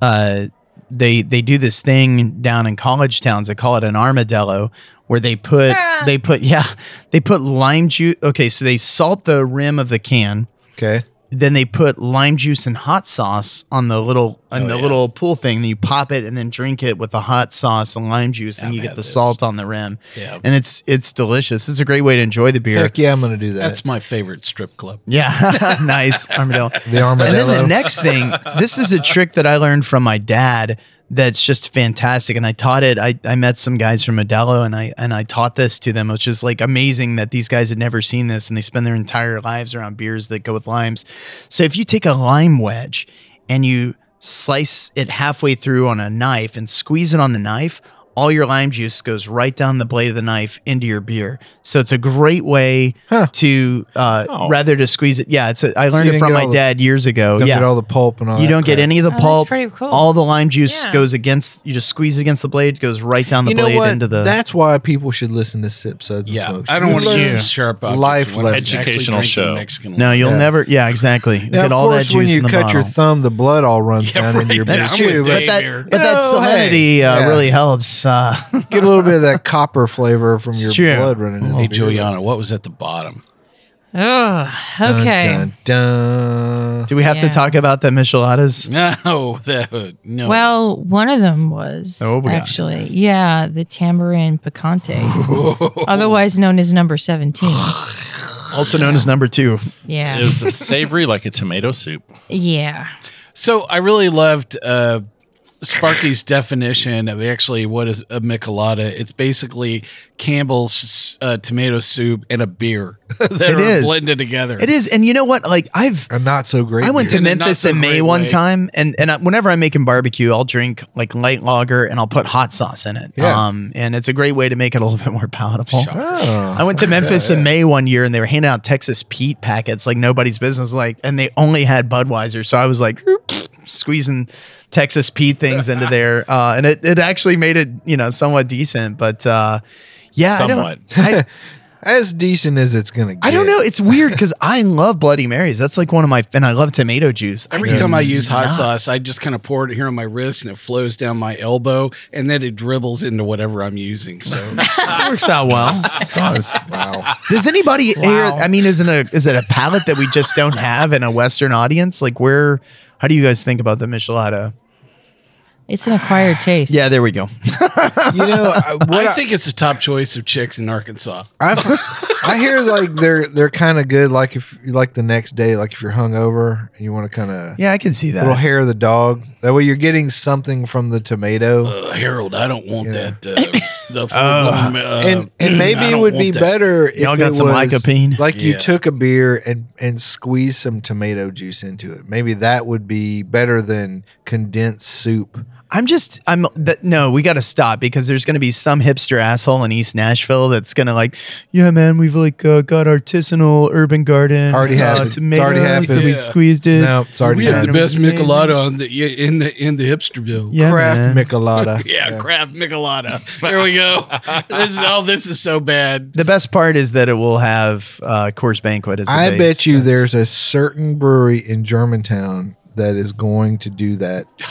[SPEAKER 6] uh, they they do this thing down in college towns. They call it an armadillo, where they put they put yeah they put lime juice. Okay, so they salt the rim of the can
[SPEAKER 4] Okay,
[SPEAKER 6] then they put lime juice and hot sauce on the little
[SPEAKER 3] Oh,
[SPEAKER 6] on the little pool thing. And you pop it and then drink it with the hot sauce and lime juice, and
[SPEAKER 3] I've
[SPEAKER 6] you get
[SPEAKER 3] had
[SPEAKER 6] the
[SPEAKER 3] this.
[SPEAKER 6] salt on the rim.
[SPEAKER 3] Yeah.
[SPEAKER 6] and it's it's delicious. It's a great way to enjoy the beer.
[SPEAKER 4] Heck yeah, I'm gonna do that.
[SPEAKER 3] That's my favorite strip club.
[SPEAKER 6] Yeah, [laughs] nice armadillo.
[SPEAKER 4] the
[SPEAKER 6] [laughs] And
[SPEAKER 4] armadillo.
[SPEAKER 6] then the next
[SPEAKER 4] [laughs]
[SPEAKER 6] thing, this is a trick that I learned from my dad that's just fantastic. And I taught it. I, I met some guys from Modelo and I and I taught this to them, which is like amazing that these guys had never seen this and they spend their entire lives around beers that go with limes. So if you take a lime wedge and you slice it halfway through on a knife and squeeze it on the knife, all your lime juice goes right down the blade of the knife into your beer. So it's a great way to uh, rather to squeeze it. Yeah, it's a, I learned
[SPEAKER 4] Oh. didn't
[SPEAKER 6] it from
[SPEAKER 4] get
[SPEAKER 6] my
[SPEAKER 4] all the-
[SPEAKER 6] dad years ago.
[SPEAKER 4] Don't
[SPEAKER 6] yeah,
[SPEAKER 4] get all the pulp and all.
[SPEAKER 6] you
[SPEAKER 4] that
[SPEAKER 6] don't get
[SPEAKER 4] crap.
[SPEAKER 6] any of the
[SPEAKER 2] Oh, that's
[SPEAKER 6] pulp.
[SPEAKER 2] pretty cool.
[SPEAKER 6] All the lime juice
[SPEAKER 2] Yeah.
[SPEAKER 6] goes against. You just squeeze it against the blade, goes right down the
[SPEAKER 4] You know
[SPEAKER 6] blade
[SPEAKER 4] what?
[SPEAKER 6] into the.
[SPEAKER 4] That's why people should listen to Sip Suds and
[SPEAKER 3] Yeah,
[SPEAKER 4] Smokes.
[SPEAKER 3] I don't want to
[SPEAKER 4] Learn-
[SPEAKER 3] use sharp objects
[SPEAKER 4] Life
[SPEAKER 3] when I'm
[SPEAKER 4] lesson.
[SPEAKER 3] actually
[SPEAKER 5] Educational
[SPEAKER 3] drinking
[SPEAKER 5] show.
[SPEAKER 3] Mexican
[SPEAKER 6] no, you'll
[SPEAKER 4] Yeah.
[SPEAKER 6] never. Yeah, exactly. You
[SPEAKER 4] Now,
[SPEAKER 6] get
[SPEAKER 4] of
[SPEAKER 6] all that
[SPEAKER 4] course,
[SPEAKER 6] juice
[SPEAKER 4] when you
[SPEAKER 6] in the
[SPEAKER 4] cut
[SPEAKER 6] bottle.
[SPEAKER 4] your thumb, the blood all runs
[SPEAKER 5] Yeah,
[SPEAKER 4] down into
[SPEAKER 5] right.
[SPEAKER 4] your
[SPEAKER 5] That's
[SPEAKER 4] beer too.
[SPEAKER 5] true. But
[SPEAKER 4] But
[SPEAKER 6] but that,
[SPEAKER 5] beer.
[SPEAKER 6] but that
[SPEAKER 4] No,
[SPEAKER 6] salinity
[SPEAKER 4] hey.
[SPEAKER 6] uh,
[SPEAKER 4] Yeah.
[SPEAKER 6] really helps. Uh, [laughs]
[SPEAKER 4] get a little bit of that copper flavor from your
[SPEAKER 6] Sure.
[SPEAKER 4] blood running. into
[SPEAKER 3] Hey,
[SPEAKER 4] the beer.
[SPEAKER 3] Juliana, what was at the bottom? [laughs]
[SPEAKER 2] Ugh, okay.
[SPEAKER 4] Dun, dun, dun.
[SPEAKER 6] do we have to
[SPEAKER 2] Yeah.
[SPEAKER 6] talk about the micheladas?
[SPEAKER 3] No, that, no.
[SPEAKER 2] Well, one of them was
[SPEAKER 6] Oh, we got it.
[SPEAKER 2] actually, yeah, the tambourine picante, otherwise known as number seventeen.
[SPEAKER 6] Also known as number two.
[SPEAKER 2] Yeah,
[SPEAKER 5] It was a savory like a tomato soup.
[SPEAKER 2] yeah.
[SPEAKER 3] so I really loved uh, Sparky's [laughs] definition of actually what is a michelada. It's basically Campbell's uh, tomato soup and a beer [laughs] that are
[SPEAKER 6] is.
[SPEAKER 3] blended together.
[SPEAKER 6] It is, and you know what? Like I've
[SPEAKER 4] A not so great.
[SPEAKER 6] I went to
[SPEAKER 3] In a not
[SPEAKER 6] Memphis
[SPEAKER 3] so
[SPEAKER 6] in May
[SPEAKER 3] great
[SPEAKER 6] one
[SPEAKER 3] way.
[SPEAKER 6] time, and and I, whenever I'm making barbecue, I'll drink like light lager and I'll put hot sauce in it.
[SPEAKER 4] Yeah.
[SPEAKER 6] Um, and it's a great way to make it a little bit more palatable.
[SPEAKER 4] Oh.
[SPEAKER 6] I went to Memphis in May one year, and they were handing out Texas Pete packets like nobody's business. Like, and they only had Budweiser, so I was like squeezing Texas Pete things
[SPEAKER 3] [laughs]
[SPEAKER 6] into there, uh, and it it actually made it you know somewhat decent, but. Uh, yeah,
[SPEAKER 5] Somewhat.
[SPEAKER 6] I don't, I,
[SPEAKER 4] as decent as it's gonna. get.
[SPEAKER 6] I don't know. It's weird because I love Bloody Marys. That's like one of my, and I love tomato juice. I
[SPEAKER 3] Every
[SPEAKER 6] do
[SPEAKER 3] time I use hot
[SPEAKER 6] not.
[SPEAKER 3] sauce, I just kind of pour it here on my wrist and it flows down my elbow and then it dribbles into whatever I'm using. So
[SPEAKER 5] [laughs]
[SPEAKER 6] That works out well.
[SPEAKER 4] Wow.
[SPEAKER 6] [laughs] Does anybody here?
[SPEAKER 2] Wow.
[SPEAKER 6] I mean, isn't a is it a palate that we just don't have in a Western audience? Like, where? How do you guys think about the Michelada?
[SPEAKER 2] It's an acquired taste. [sighs]
[SPEAKER 6] Yeah, there we go.
[SPEAKER 4] You know I- [laughs] what?
[SPEAKER 3] I,
[SPEAKER 4] I,
[SPEAKER 3] think it's the top choice of chicks in Arkansas.
[SPEAKER 4] I've- I hear like they're they're kind of good. Like if like the next day, like if you're hungover and you want to kind of
[SPEAKER 6] Yeah, I can see
[SPEAKER 4] little
[SPEAKER 6] that.
[SPEAKER 4] hair of the dog. That way, you're getting something from the tomato.
[SPEAKER 3] Uh, Harold, I don't want
[SPEAKER 4] Yeah.
[SPEAKER 3] that.
[SPEAKER 4] [laughs]
[SPEAKER 3] Uh, the full-blown, uh,
[SPEAKER 4] and and
[SPEAKER 3] [clears throat]
[SPEAKER 4] maybe
[SPEAKER 3] I
[SPEAKER 4] it
[SPEAKER 3] don't
[SPEAKER 4] would be
[SPEAKER 3] want that.
[SPEAKER 4] better if
[SPEAKER 6] Y'all
[SPEAKER 4] it
[SPEAKER 6] got some
[SPEAKER 4] was
[SPEAKER 6] lycopene?
[SPEAKER 4] like you
[SPEAKER 3] Yeah.
[SPEAKER 4] took a beer and and squeezed some tomato juice into it. Maybe that would be better than condensed soup.
[SPEAKER 6] I'm just, I'm that. No, we got to stop because there's going to be some hipster asshole in East Nashville that's going to like, yeah, man, we've like uh, got artisanal urban garden,
[SPEAKER 4] Already
[SPEAKER 6] uh,
[SPEAKER 4] happened. It's
[SPEAKER 6] tomatoes
[SPEAKER 4] already
[SPEAKER 6] that we
[SPEAKER 4] happened.
[SPEAKER 6] squeezed it.
[SPEAKER 4] No, it's already
[SPEAKER 3] We have
[SPEAKER 6] Yeah.
[SPEAKER 3] the
[SPEAKER 4] done.
[SPEAKER 6] It
[SPEAKER 3] best
[SPEAKER 6] was amazing.
[SPEAKER 3] Michelada on the yeah, in the in the hipsterville.
[SPEAKER 6] [laughs] Yeah,
[SPEAKER 4] Craft
[SPEAKER 6] man.
[SPEAKER 3] [laughs]
[SPEAKER 4] Michelada.
[SPEAKER 3] Yeah, Kraft Michelada. There we go. this is oh, this is so bad.
[SPEAKER 6] The best part is that it will have uh, Coors Banquet as the
[SPEAKER 4] I
[SPEAKER 6] base.
[SPEAKER 4] bet you
[SPEAKER 6] That's-
[SPEAKER 4] there's a certain brewery in Germantown that is going to
[SPEAKER 3] [sighs]
[SPEAKER 4] do that in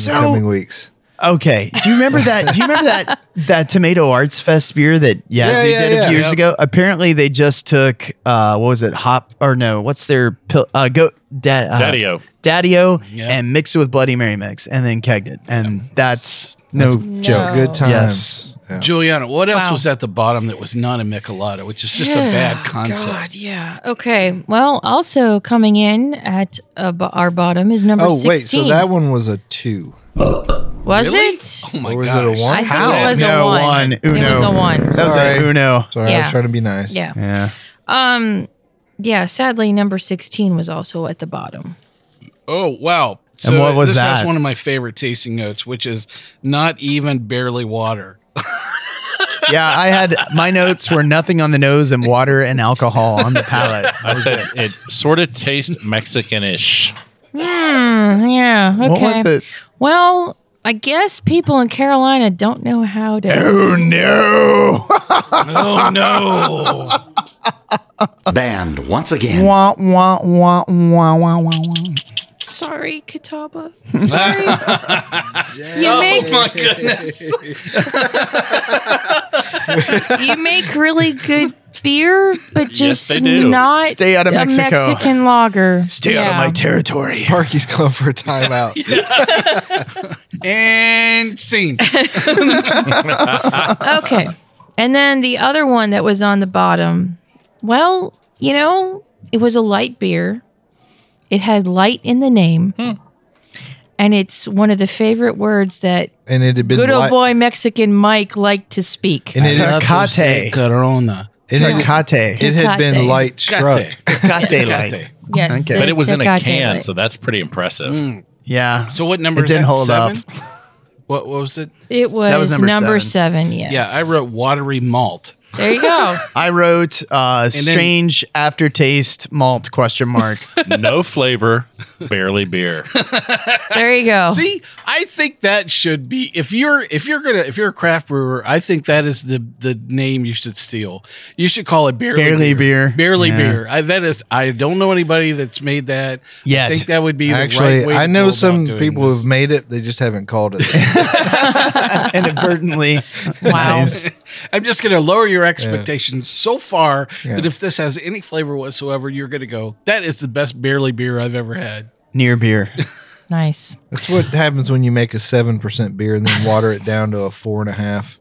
[SPEAKER 6] So-
[SPEAKER 4] the coming weeks.
[SPEAKER 6] Okay. Do you remember that? Do you remember that that Tomato Arts Fest beer that Yazzie
[SPEAKER 4] Yeah, yeah,
[SPEAKER 6] did a
[SPEAKER 4] yeah.
[SPEAKER 6] few years
[SPEAKER 4] Yep.
[SPEAKER 6] ago? Apparently, they just took uh, what was it? Hop or no? What's their pill? Uh, go da, uh,
[SPEAKER 5] Daddy-o.
[SPEAKER 6] Daddy-o,
[SPEAKER 3] Yep.
[SPEAKER 6] and mixed it with Bloody Mary mix, and then kegged it. And that's no joke.
[SPEAKER 3] Oh.
[SPEAKER 4] Good times.
[SPEAKER 6] Yes.
[SPEAKER 3] [laughs]
[SPEAKER 4] Yeah.
[SPEAKER 3] Juliana, what else
[SPEAKER 2] Wow.
[SPEAKER 3] was at the bottom that was not a Michelada, which is just a bad concept.
[SPEAKER 2] God, yeah. Okay. Well, also coming in at uh, bo- our bottom is number
[SPEAKER 4] Oh
[SPEAKER 2] 16.
[SPEAKER 4] wait, so that one was a two.
[SPEAKER 2] was it?
[SPEAKER 3] Oh my
[SPEAKER 4] Or was
[SPEAKER 3] gosh.
[SPEAKER 4] it
[SPEAKER 2] I
[SPEAKER 4] a one?
[SPEAKER 2] think it was a
[SPEAKER 6] No,
[SPEAKER 2] one.
[SPEAKER 6] one.
[SPEAKER 2] It was
[SPEAKER 6] Uno.
[SPEAKER 2] a one.
[SPEAKER 6] That was a
[SPEAKER 4] Sorry.
[SPEAKER 6] Uno.
[SPEAKER 4] Sorry, I was
[SPEAKER 2] Yeah.
[SPEAKER 4] trying to be nice.
[SPEAKER 2] Yeah.
[SPEAKER 6] Yeah.
[SPEAKER 2] Um. Yeah. Sadly, number 16 was also at the bottom.
[SPEAKER 3] Oh wow! So
[SPEAKER 6] what was
[SPEAKER 3] this
[SPEAKER 6] that?
[SPEAKER 3] That's one of my favorite tasting notes, which is not even barely water.
[SPEAKER 6] Yeah. I had my notes were nothing on the nose and water and alcohol on the palate.
[SPEAKER 5] [laughs] I said it sort of tastes Mexicanish.
[SPEAKER 2] Yeah. Okay.
[SPEAKER 6] What was it?
[SPEAKER 2] Well, I guess people in Carolina don't know how to.
[SPEAKER 6] [laughs] Oh no.
[SPEAKER 3] Oh
[SPEAKER 2] [laughs]
[SPEAKER 3] no!
[SPEAKER 7] Banned once again.
[SPEAKER 6] wah, wah, wah, wah, wah, wah, wah.
[SPEAKER 2] Sorry, Catawba.
[SPEAKER 6] [laughs]
[SPEAKER 2] Sorry. you make
[SPEAKER 3] Oh, My goodness!
[SPEAKER 2] you make really good beer, but just
[SPEAKER 5] they do.
[SPEAKER 2] not
[SPEAKER 6] Stay out of
[SPEAKER 2] a
[SPEAKER 6] Mexico.
[SPEAKER 2] Mexican lager.
[SPEAKER 6] Stay out of my territory.
[SPEAKER 4] Parky's going for a
[SPEAKER 6] [laughs]
[SPEAKER 4] timeout.
[SPEAKER 3] And scene.
[SPEAKER 2] okay. And then the other one that was on the bottom, well, you know, it was a light beer. It had light in the name.
[SPEAKER 6] Hmm.
[SPEAKER 2] And it's one of the favorite words that
[SPEAKER 4] And it had been
[SPEAKER 2] good old
[SPEAKER 4] li-
[SPEAKER 2] boy Mexican Mike liked to speak.
[SPEAKER 3] [laughs]
[SPEAKER 4] And it,
[SPEAKER 3] Love to say Corona.
[SPEAKER 4] it had-
[SPEAKER 6] Tecate.
[SPEAKER 4] it had been
[SPEAKER 2] Tecate.
[SPEAKER 4] light struck.
[SPEAKER 3] Cate.
[SPEAKER 6] Tecate light.
[SPEAKER 3] Cate.
[SPEAKER 2] yes.
[SPEAKER 6] Okay.
[SPEAKER 2] the-
[SPEAKER 5] But it was
[SPEAKER 2] the
[SPEAKER 5] in a
[SPEAKER 2] goddamn
[SPEAKER 5] can,
[SPEAKER 2] light.
[SPEAKER 5] so that's pretty impressive.
[SPEAKER 3] Mm.
[SPEAKER 6] Yeah.
[SPEAKER 3] So what number? is
[SPEAKER 6] It didn't
[SPEAKER 3] that?
[SPEAKER 6] hold up.
[SPEAKER 3] Seven? What, what was it?
[SPEAKER 2] it was,
[SPEAKER 6] was
[SPEAKER 2] number,
[SPEAKER 6] number
[SPEAKER 2] seven. Yes.
[SPEAKER 3] Yeah, I wrote watery malt.
[SPEAKER 2] There you go.
[SPEAKER 6] I wrote uh,
[SPEAKER 3] then-
[SPEAKER 6] strange aftertaste malt question [laughs] mark.
[SPEAKER 5] No flavor, barely beer.
[SPEAKER 2] There you
[SPEAKER 4] Oh.
[SPEAKER 2] go.
[SPEAKER 3] See, I think that should be if you're if you're gonna if you're a craft brewer, I think that is the the name you should steal. You should call it barely,
[SPEAKER 6] Barely beer.
[SPEAKER 3] barely
[SPEAKER 6] Yeah.
[SPEAKER 3] beer. I, that is, I don't know anybody that's made that.
[SPEAKER 6] Yet.
[SPEAKER 3] I think that would be the
[SPEAKER 4] Actually,
[SPEAKER 3] right way
[SPEAKER 4] I
[SPEAKER 3] to
[SPEAKER 4] know
[SPEAKER 3] go
[SPEAKER 4] some
[SPEAKER 3] about doing
[SPEAKER 4] people
[SPEAKER 3] this.
[SPEAKER 4] who've made it. They just haven't called
[SPEAKER 3] [laughs]
[SPEAKER 4] it. that.
[SPEAKER 6] Inadvertently.
[SPEAKER 2] Wow.
[SPEAKER 3] I'm just going to lower your expectations so far
[SPEAKER 4] Yeah.
[SPEAKER 3] that if this has any flavor whatsoever, you're going to go. That is the best barely beer I've ever had.
[SPEAKER 6] Near beer.
[SPEAKER 2] Nice.
[SPEAKER 4] That's what happens when you make a seven percent beer and then water it down to a four and a half.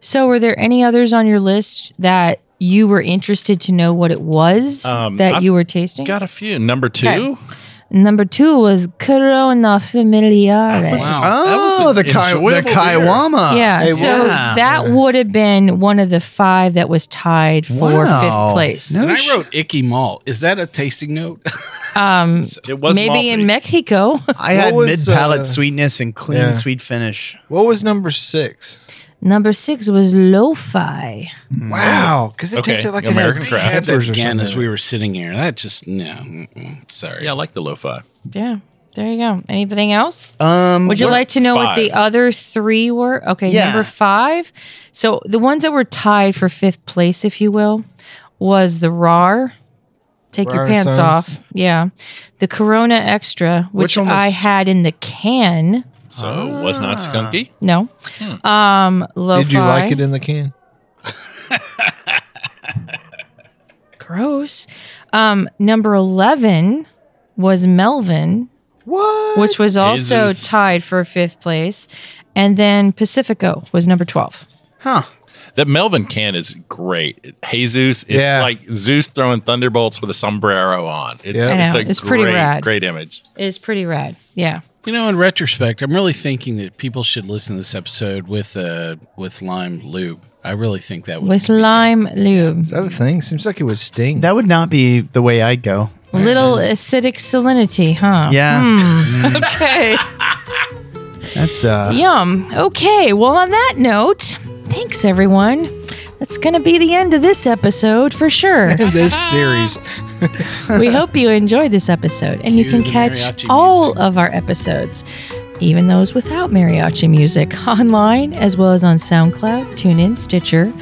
[SPEAKER 2] So, were there any others on your list that you were interested to know what it was
[SPEAKER 5] Um,
[SPEAKER 2] that
[SPEAKER 5] I've
[SPEAKER 2] you were tasting?
[SPEAKER 5] Got a few. Number two.
[SPEAKER 2] Okay. Number two was Corona Familiare.
[SPEAKER 6] Oh, the, Kai- the
[SPEAKER 5] enjoyable beer.
[SPEAKER 6] Kaiwama.
[SPEAKER 2] yeah,
[SPEAKER 6] Hey,
[SPEAKER 2] so
[SPEAKER 6] wow.
[SPEAKER 2] that would have been one of the five that was tied for
[SPEAKER 6] Wow.
[SPEAKER 2] fifth place.
[SPEAKER 6] No
[SPEAKER 3] And I
[SPEAKER 6] sh-
[SPEAKER 3] wrote Icky Malt. Is that a tasting note?
[SPEAKER 5] It was
[SPEAKER 2] Maybe
[SPEAKER 5] malty.
[SPEAKER 2] in Mexico. [laughs]
[SPEAKER 6] I had
[SPEAKER 4] What
[SPEAKER 6] mid
[SPEAKER 4] was,
[SPEAKER 6] palate
[SPEAKER 4] uh,
[SPEAKER 6] sweetness and clean
[SPEAKER 4] yeah.
[SPEAKER 6] sweet finish.
[SPEAKER 4] What was number six?
[SPEAKER 2] Number six was Lo-Fi.
[SPEAKER 3] Hmm.
[SPEAKER 4] Wow, because it
[SPEAKER 5] Okay,
[SPEAKER 4] tasted like
[SPEAKER 5] American
[SPEAKER 4] it had
[SPEAKER 5] craft.
[SPEAKER 3] had that
[SPEAKER 4] peppers or
[SPEAKER 3] again as
[SPEAKER 4] something.
[SPEAKER 3] we were sitting here. That just no. mm-mm, Sorry.
[SPEAKER 5] Yeah, I like the lo-fi.
[SPEAKER 2] Yeah, there you go. Anything else?
[SPEAKER 6] Um,
[SPEAKER 2] Would you like to know what the
[SPEAKER 5] five.
[SPEAKER 2] other three were? Okay,
[SPEAKER 6] Yeah.
[SPEAKER 2] number five. So the ones that were tied for fifth place, if you will, was the RAR. Take
[SPEAKER 4] Rar
[SPEAKER 2] your
[SPEAKER 4] and
[SPEAKER 2] pants
[SPEAKER 4] Sons.
[SPEAKER 2] off. Yeah. The Corona Extra, which,
[SPEAKER 6] Which one was-
[SPEAKER 2] I had in the can.
[SPEAKER 5] So it was not
[SPEAKER 3] Ah.
[SPEAKER 5] skunky.
[SPEAKER 2] No. Um lo
[SPEAKER 4] Did you like it in the can?
[SPEAKER 2] Gross. Um, number eleven was Melvin. What? Which was also
[SPEAKER 5] Jesus.
[SPEAKER 2] tied for fifth place. And then Pacifico was number twelve.
[SPEAKER 6] huh?
[SPEAKER 5] That Melvin can is great. Jesus, it's
[SPEAKER 4] Yeah.
[SPEAKER 5] like Zeus throwing thunderbolts with a sombrero on. It's,
[SPEAKER 4] Yeah.
[SPEAKER 2] I
[SPEAKER 5] it's
[SPEAKER 2] know,
[SPEAKER 5] a
[SPEAKER 2] it's
[SPEAKER 5] great,
[SPEAKER 2] pretty rad.
[SPEAKER 5] great image.
[SPEAKER 2] It's pretty rad. Yeah.
[SPEAKER 3] You know, in retrospect, I'm really thinking that people should listen to this episode with uh with lime lube. I really think that would
[SPEAKER 2] with lime lube.
[SPEAKER 4] Is that a thing? Seems like it would sting.
[SPEAKER 6] That would not be the way I'd go.
[SPEAKER 2] Little acidic salinity, huh?
[SPEAKER 6] Yeah,
[SPEAKER 2] Okay.
[SPEAKER 6] that's uh.
[SPEAKER 2] Yum. Okay. Well, on that note, thanks everyone. That's going to be the end of this episode for sure.
[SPEAKER 4] this series.
[SPEAKER 3] [laughs]
[SPEAKER 2] we hope you enjoyed this episode and you
[SPEAKER 3] Cue
[SPEAKER 2] can
[SPEAKER 3] the
[SPEAKER 2] catch
[SPEAKER 3] mariachi
[SPEAKER 2] all of our episodes, even those without mariachi music, [laughs] online as well as on SoundCloud, TuneIn, Stitcher,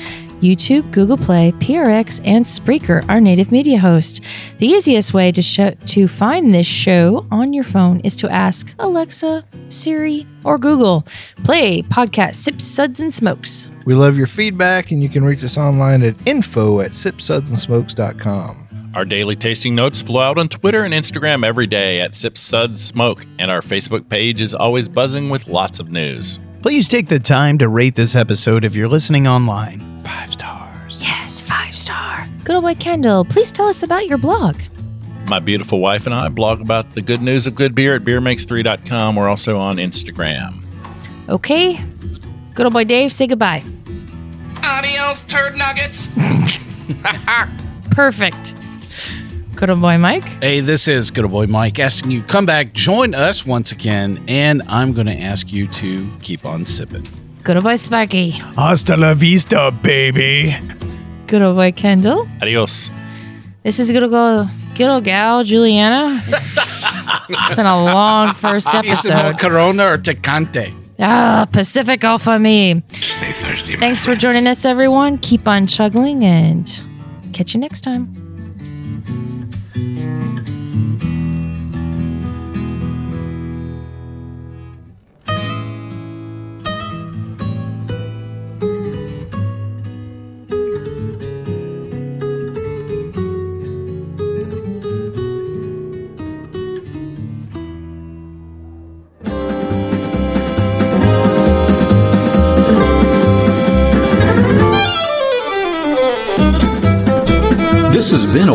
[SPEAKER 2] YouTube, Google Play, PRX, and Spreaker, our native media host. The easiest way to show, to find this show on your phone is to ask Alexa, Siri, or Google. Play podcast Sips, Suds, and Smokes.
[SPEAKER 4] We love your feedback, and you can reach us online at info at sipsudsandsmokes.com.
[SPEAKER 5] Our daily tasting notes flow out on Twitter and Instagram every day at Sip Sud Smoke, and our Facebook page is always buzzing with lots of news.
[SPEAKER 6] Please take the time to rate this episode if you're listening online. Five stars.
[SPEAKER 2] Yes, five star. Good old boy Kendall, please tell us about your blog.
[SPEAKER 5] My beautiful wife and I blog about the good news of good beer at beermakes3.com. We're also on Instagram.
[SPEAKER 2] Okay. Good old boy Dave, say goodbye.
[SPEAKER 10] Adios, turd nuggets.
[SPEAKER 2] [laughs] Perfect. Good old boy Mike.
[SPEAKER 3] Hey, this is Good Old Boy Mike asking you come back, join us once again, and I'm going to ask you to keep on sipping.
[SPEAKER 2] Good old boy Sparky.
[SPEAKER 6] Hasta la vista, baby.
[SPEAKER 2] Good old boy Kendall.
[SPEAKER 5] Adios.
[SPEAKER 2] This is good old, go- good old gal Juliana. it's been a long first episode.
[SPEAKER 3] Corona or Tecante?
[SPEAKER 2] Ah, Pacifico for me.
[SPEAKER 8] Stay thirsty.
[SPEAKER 2] Thanks for joining us, everyone. Keep on chuggling and catch you next time.
[SPEAKER 1] This has been a